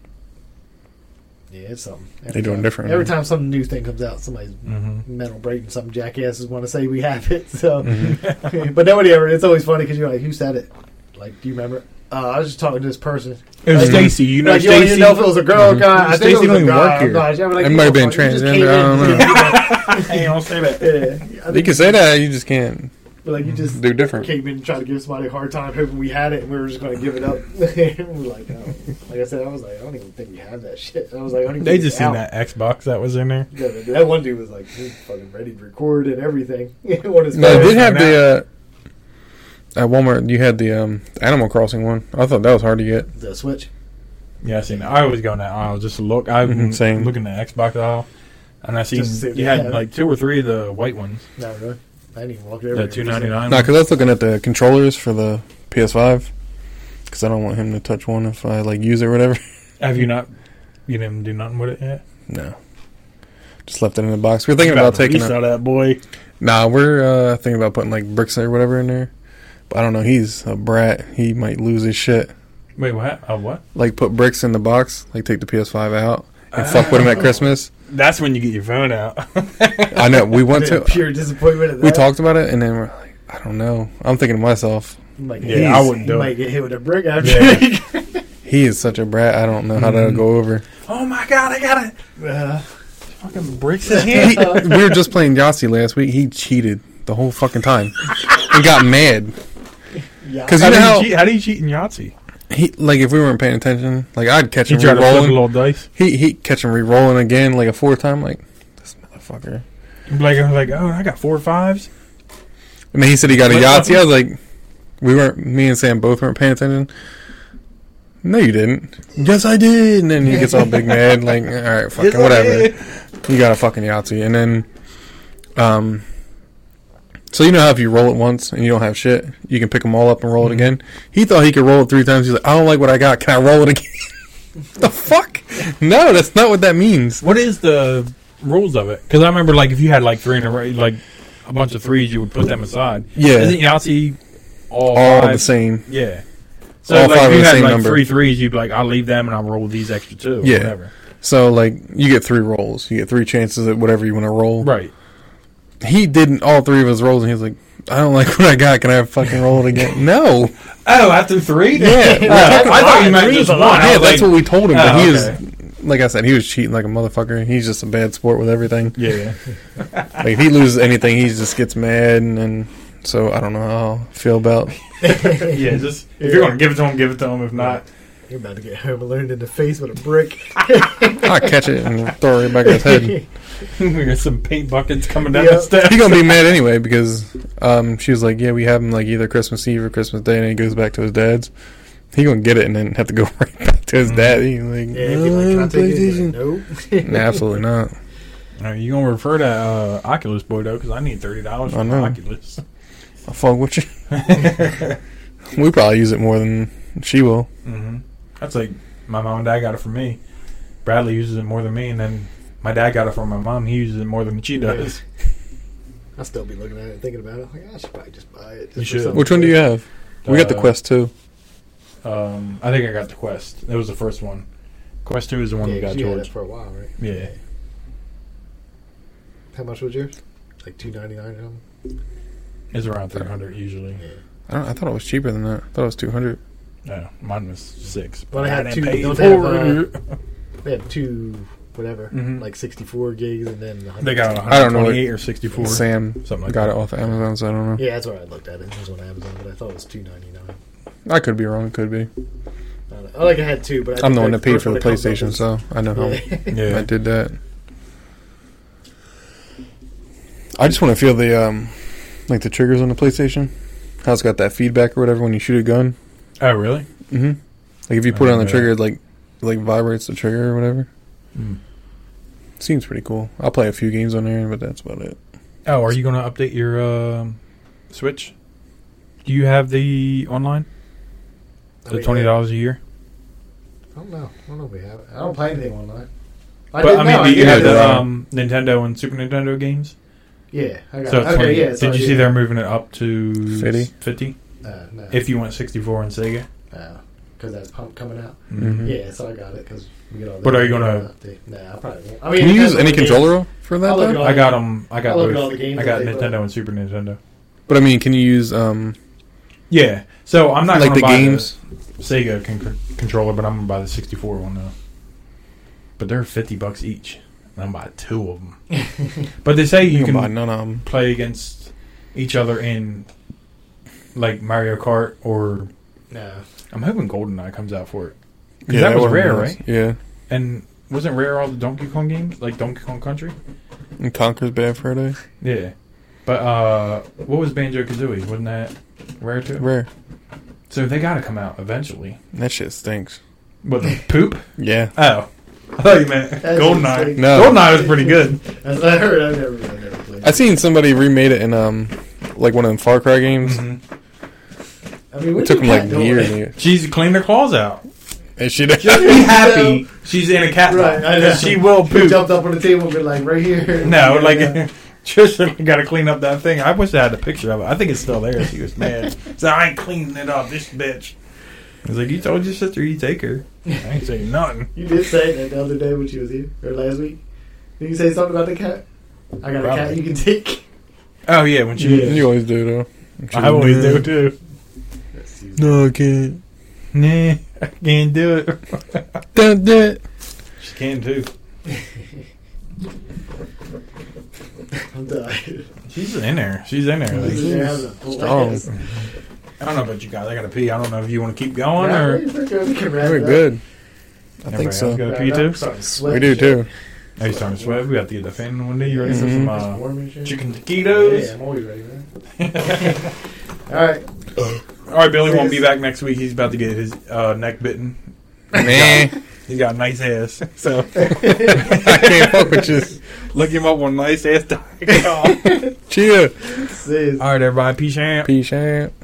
S2: yeah it's something.
S3: They're doing
S2: time-
S3: different.
S2: Every time some new thing comes out, somebody's
S1: Mm-hmm.
S2: metal breaking some jackasses want to say we have it. So,
S3: Mm-hmm.
S2: but nobody ever. It's always funny because you're like, who said it? Like, do you remember? Uh, I was just talking to this person.
S1: It was
S2: Like,
S1: Stacy. You know
S2: like, you don't
S1: Stacy.
S2: even know if it was a girl or
S3: Mm-hmm.
S1: Mhm.
S2: guy. I think
S1: Stacy
S2: it
S1: don't
S2: was a
S1: even
S2: guy.
S1: work here.
S2: I'm not- I'm like,
S3: It might have been
S2: you just came
S3: transgender, I
S2: in.
S3: don't know.
S1: Hey, don't say that.
S2: Yeah. I
S3: You
S2: think-
S3: can say that, you just can't
S2: but, like you just
S3: do different.
S2: came in and tried to give somebody a hard time, hoping we had it, and we were just going to give it up. We're like, no. like I said, I was like, I don't even think we have that shit. I was like, I don't even
S1: They
S2: think
S1: just
S2: it's
S1: seen
S2: out.
S1: that Xbox that was in there.
S2: Yeah, but that one dude was like, he's fucking ready to record and everything. What is
S3: No,
S1: Yeah,
S3: I
S1: it's
S3: did have
S1: coming
S3: the uh, at Walmart. You had the um, Animal Crossing one. I thought that was hard to get.
S2: the Switch?
S1: Yeah, I seen. That. I always go in that aisle just to look. I'm
S3: Mhm, same.
S1: looking at Xbox aisle, and I seen
S2: Just to see if
S1: you
S2: they
S1: had
S2: had it.
S1: like two or three of the white ones.
S2: No, really. I didn't even walk over.
S1: The two ninety nine.
S3: No, because I was looking at the controllers for the PS5. Because I don't want him to touch one if I like use it or whatever.
S1: Have you not? You didn't do nothing with it yet.
S3: No, just left it in the box. We are thinking about taking it.
S1: out that boy.
S3: Nah, we're uh, thinking about putting like bricks or whatever in there. But I don't know. He's a brat. He might lose his shit.
S1: Wait, what? Uh, what?
S3: Like put bricks in the box. Like take the PS5 out and fuck with him at Christmas.
S1: That's when you get your phone out.
S3: I know we went to.
S2: pure disappointment. At that.
S3: We talked about it, and then we're like, I don't know. I'm thinking to myself,
S2: Like,
S1: Yeah,
S2: geez,
S1: I wouldn't do
S2: you
S1: it.
S2: Might get hit with a brick after.
S3: he is such a brat. I don't know how to go over.
S1: oh my god, I got it.
S2: Uh,
S1: Fucking breaks his
S3: He,
S1: hand.
S3: we were just playing Yahtzee last week. He cheated the whole fucking time and got mad
S2: yeah.
S3: because
S1: How
S3: you
S1: do
S3: know
S1: you,
S3: how
S1: cheat, how do you cheat in Yahtzee?
S3: he like if we weren't paying attention, like I'd catch
S1: You
S3: him
S1: try to flip a
S3: re-rolling.
S1: little dice.
S3: He he catch him re-rolling again like a fourth time. Like this motherfucker.
S1: Like I was like, oh, I got four fives.
S3: And then he said he got a
S1: What
S3: Yahtzee.
S1: happened?
S3: I was like, we weren't. Me and Sam both weren't paying attention. No, you didn't. Yes, I did. And then he gets all big mad, like, all right, fucking whatever. You got a fucking Yahtzee. And then, um, so you know how if you roll it once and you don't have shit, you can pick them all up and roll
S1: Mm-hmm.
S3: it again. He thought he could roll it three times. He's like, I don't like what I got. Can I roll it again? the fuck? No, that's not what that means.
S1: What is the rules of it? Because I remember like if you had like three in a row, like a bunch of threes, you would put them aside.
S3: Yeah.
S1: Isn't Yahtzee all,
S3: All
S1: five?
S3: the same.
S1: Yeah. So
S3: All
S1: like if
S3: five are
S1: you
S3: the
S1: had
S3: same
S1: like
S3: number.
S1: three threes, you'd be like, I'll leave them and I'll roll these extra two. Or
S3: Yeah.
S1: Whatever.
S3: So, like, you get three rolls. You get three chances at whatever you want to roll.
S1: Right.
S3: he didn't all three of his rolls, and he was like, "I don't like what I got. Can I fucking roll it again?" no,
S1: Oh, after three?
S3: yeah,
S1: Oh, I thought you meant
S2: Three's
S1: just
S2: a
S1: one.
S2: lot.
S1: I
S3: yeah.
S1: was
S3: That's
S1: like-
S3: what we told him.
S1: Oh,
S3: But he
S1: okay.
S3: was, like I said, he was cheating like a motherfucker. He's just a bad sport with everything.
S1: Yeah, yeah.
S3: Like if he loses anything, he just gets mad, and, and so I don't know how I feel about.
S1: yeah, just if you're gonna give it to him, give it to him. If not,
S2: You're about to get home alone in the face with a brick.
S3: I catch it and throw it right back at his head.
S1: we got some paint buckets coming down
S2: Yeah.
S1: the steps.
S3: He gonna be mad anyway because um, she was like, "Yeah, we have him like either Christmas Eve or Christmas Day," and he goes back to his dad's. He gonna get it and then have to go right back to his dad. He's like,
S2: Mm-hmm. Yeah, if you're like, can I take it? He's like, nope.
S3: Nah, absolutely not.
S1: Are you gonna refer to uh, Oculus boy though? Because I need thirty dollars
S3: I
S1: for
S3: know.
S1: Oculus.
S3: I'll fuck with you. we probably use it more than she will.
S1: hmm That's like my mom and dad got it for me. Bradley uses it more than me, and then my dad got it for my mom. He uses it more than she does.
S2: I'll still be looking at it and thinking about it. Like, I should probably just buy it. just
S1: You
S2: for
S1: should.
S2: something.
S3: Which one do you have? We got the
S1: Uh,
S3: Quest too.
S1: Um, I think I got the Quest. That was the first one. Quest Two is the one
S2: Yeah,
S1: we
S2: 'cause
S1: got
S2: you had it
S1: George.
S2: for a while, right?
S1: Yeah,
S2: How much was yours? Like two ninety nine or something.
S1: it's around three hundred usually.
S3: I, don't, I thought it was cheaper than that. I thought it was two hundred.
S1: No, mine was six.
S2: Well, they had
S1: didn't
S2: two-
S1: pay
S2: don't they have,
S1: for it.
S2: They had two, whatever,
S3: Mm-hmm.
S1: Mhm.
S2: like sixty four gigs, and then the
S1: They got
S2: 100.
S3: I don't know what-
S1: 128 or 64.
S3: Sam
S1: Something like
S3: got
S1: that.
S3: it off Amazon, so I don't know.
S2: Yeah, that's where I looked at it. It was on Amazon, but I thought it was two ninety nine.
S3: I could be wrong. Could be.
S2: I like I had two, but I
S3: I'm
S2: think
S3: the one that paid
S2: first
S3: for the
S2: that comes up
S3: PlayStation,
S2: is-
S3: so I know how
S2: Yeah.
S1: Yeah.
S3: I did that. I just want to feel the um, like the triggers on the PlayStation. How it's got that feedback or whatever when you shoot a gun.
S1: Oh, really?
S3: hmm Like if you put it on the
S1: Okay.
S3: trigger, it like like vibrates the trigger or whatever.
S1: Hmm.
S3: Mm. Seems pretty cool. I'll play a few games on there, but that's about it.
S1: Oh, are you going to update your um Switch? Do you have the online?
S3: um,
S2: I
S1: The
S2: mean,
S1: twenty dollars a year.
S2: I don't know. I don't know if we have it. I don't play anything online. I
S1: but
S2: didn't
S1: I
S2: know.
S1: mean, do you
S2: didn't
S1: have
S2: know.
S1: the
S3: that.
S1: um, Nintendo and Super Nintendo games?
S2: Yeah, I got
S1: So
S2: it.
S1: it's 20
S2: Okay, yeah. it's
S1: did
S2: on
S1: you see they're moving it up to
S3: 50?
S2: Uh, no.
S1: If you want sixty four and Sega,
S2: because that's pump coming out.
S3: Mhm.
S2: Yeah, so I got it because we get all.
S1: Hmm. But
S2: the-
S1: are you gonna-
S2: Nah, I probably. Won't. I
S3: Can
S2: it
S3: you use
S2: depends
S3: any
S2: on the
S3: controller for that
S2: I'll look it
S3: though?
S2: up.
S1: I got them. I got
S2: Oh, I look at
S1: both.
S2: all the games
S1: I got
S2: that they
S1: Nintendo
S2: put.
S1: and Super Nintendo.
S3: But I mean, can you use um
S1: Yeah. So I'm not
S3: like
S1: gonna
S3: the
S1: buy
S3: games?
S1: the Sega con- controller, but I'm gonna buy the sixty four one now. But they're fifty bucks each, and I'm buy two of them. but they say you,
S3: You can
S1: can
S3: buy none of them.
S1: play against each other in like Mario Kart or
S2: No,
S1: I'm hoping GoldenEye comes out for it. 'Cause that, was
S3: would've
S1: rare,
S3: been nice.
S1: right?
S3: Yeah,
S1: And wasn't rare all the Donkey Kong games like Donkey Kong Country?
S3: and Conker's Bad Friday,
S1: Yeah. But uh what was Banjo Kazooie? Wasn't that rare too?
S3: rare.
S1: So they got to come out eventually.
S3: That shit stinks.
S1: But the poop?
S3: Yeah,
S1: Oh, I thought you meant
S2: That's
S1: Goldeneye.
S2: insane.
S3: No.
S1: Goldeneye was pretty good.
S2: as I heard, I never, I never played.
S3: I seen somebody remade it in um like one of them Far Cry games.
S1: Mm-hmm.
S2: I mean,
S3: It
S2: what
S3: took
S2: you
S3: them like
S2: got going?
S3: years. and years.
S1: She's cleaned her claws out.
S3: And she
S1: Just be happy she's in a cat
S2: Right, I know.
S1: because she will
S2: Who
S1: poop.
S2: jumped up on the table and been like right here?
S1: No, like
S2: Yeah.
S1: Trisha got to clean up that thing. I wish I had a picture of it. I think it's still there. She was mad. so I ain't cleaning it up. This bitch. He's like, you told your sister you take her. I ain't saying nothing.
S2: You did say that the other day when she was here, or last week. Did you say something about the cat? I got a cat
S1: Probably.
S2: you can take.
S1: Oh yeah, when she,
S2: Yeah.
S3: You always do though.
S1: I always do too.
S3: No, I can't.
S1: Nah, I can't do it.
S3: Don't do it.
S1: She can too.
S2: I'm tired.
S1: She's in there. She's in there.
S2: I'm
S1: Like,
S2: just having a blast.
S3: Strong.
S1: I don't know about you guys. I gotta pee. I don't know if you want to keep going
S2: Yeah,
S1: or.
S2: we- we're good. We can wrap
S3: Very
S2: it up.
S3: good. I
S1: Everybody
S3: think
S1: else
S3: so.
S1: got a
S2: Wrap
S1: pee
S2: it
S1: too.
S2: up. Starting to sweat
S3: We
S2: and
S3: do
S2: shit.
S3: too.
S1: Are you starting to sweat? We got to get the fan in one day. You ready for some
S2: It's
S1: uh,
S2: warm and shit.
S1: chicken
S2: Yeah,
S1: taquitos?
S2: I'm always ready, man. All right.
S1: All right, Billy won't be back next week. He's about to get his uh, neck bitten.
S3: Man,
S1: He's got a nice ass, so
S3: I can't fuck with you.
S1: look him up on niceass.com.
S3: Cheer.
S2: See you.
S1: All right, everybody, peace out.
S3: Peace out.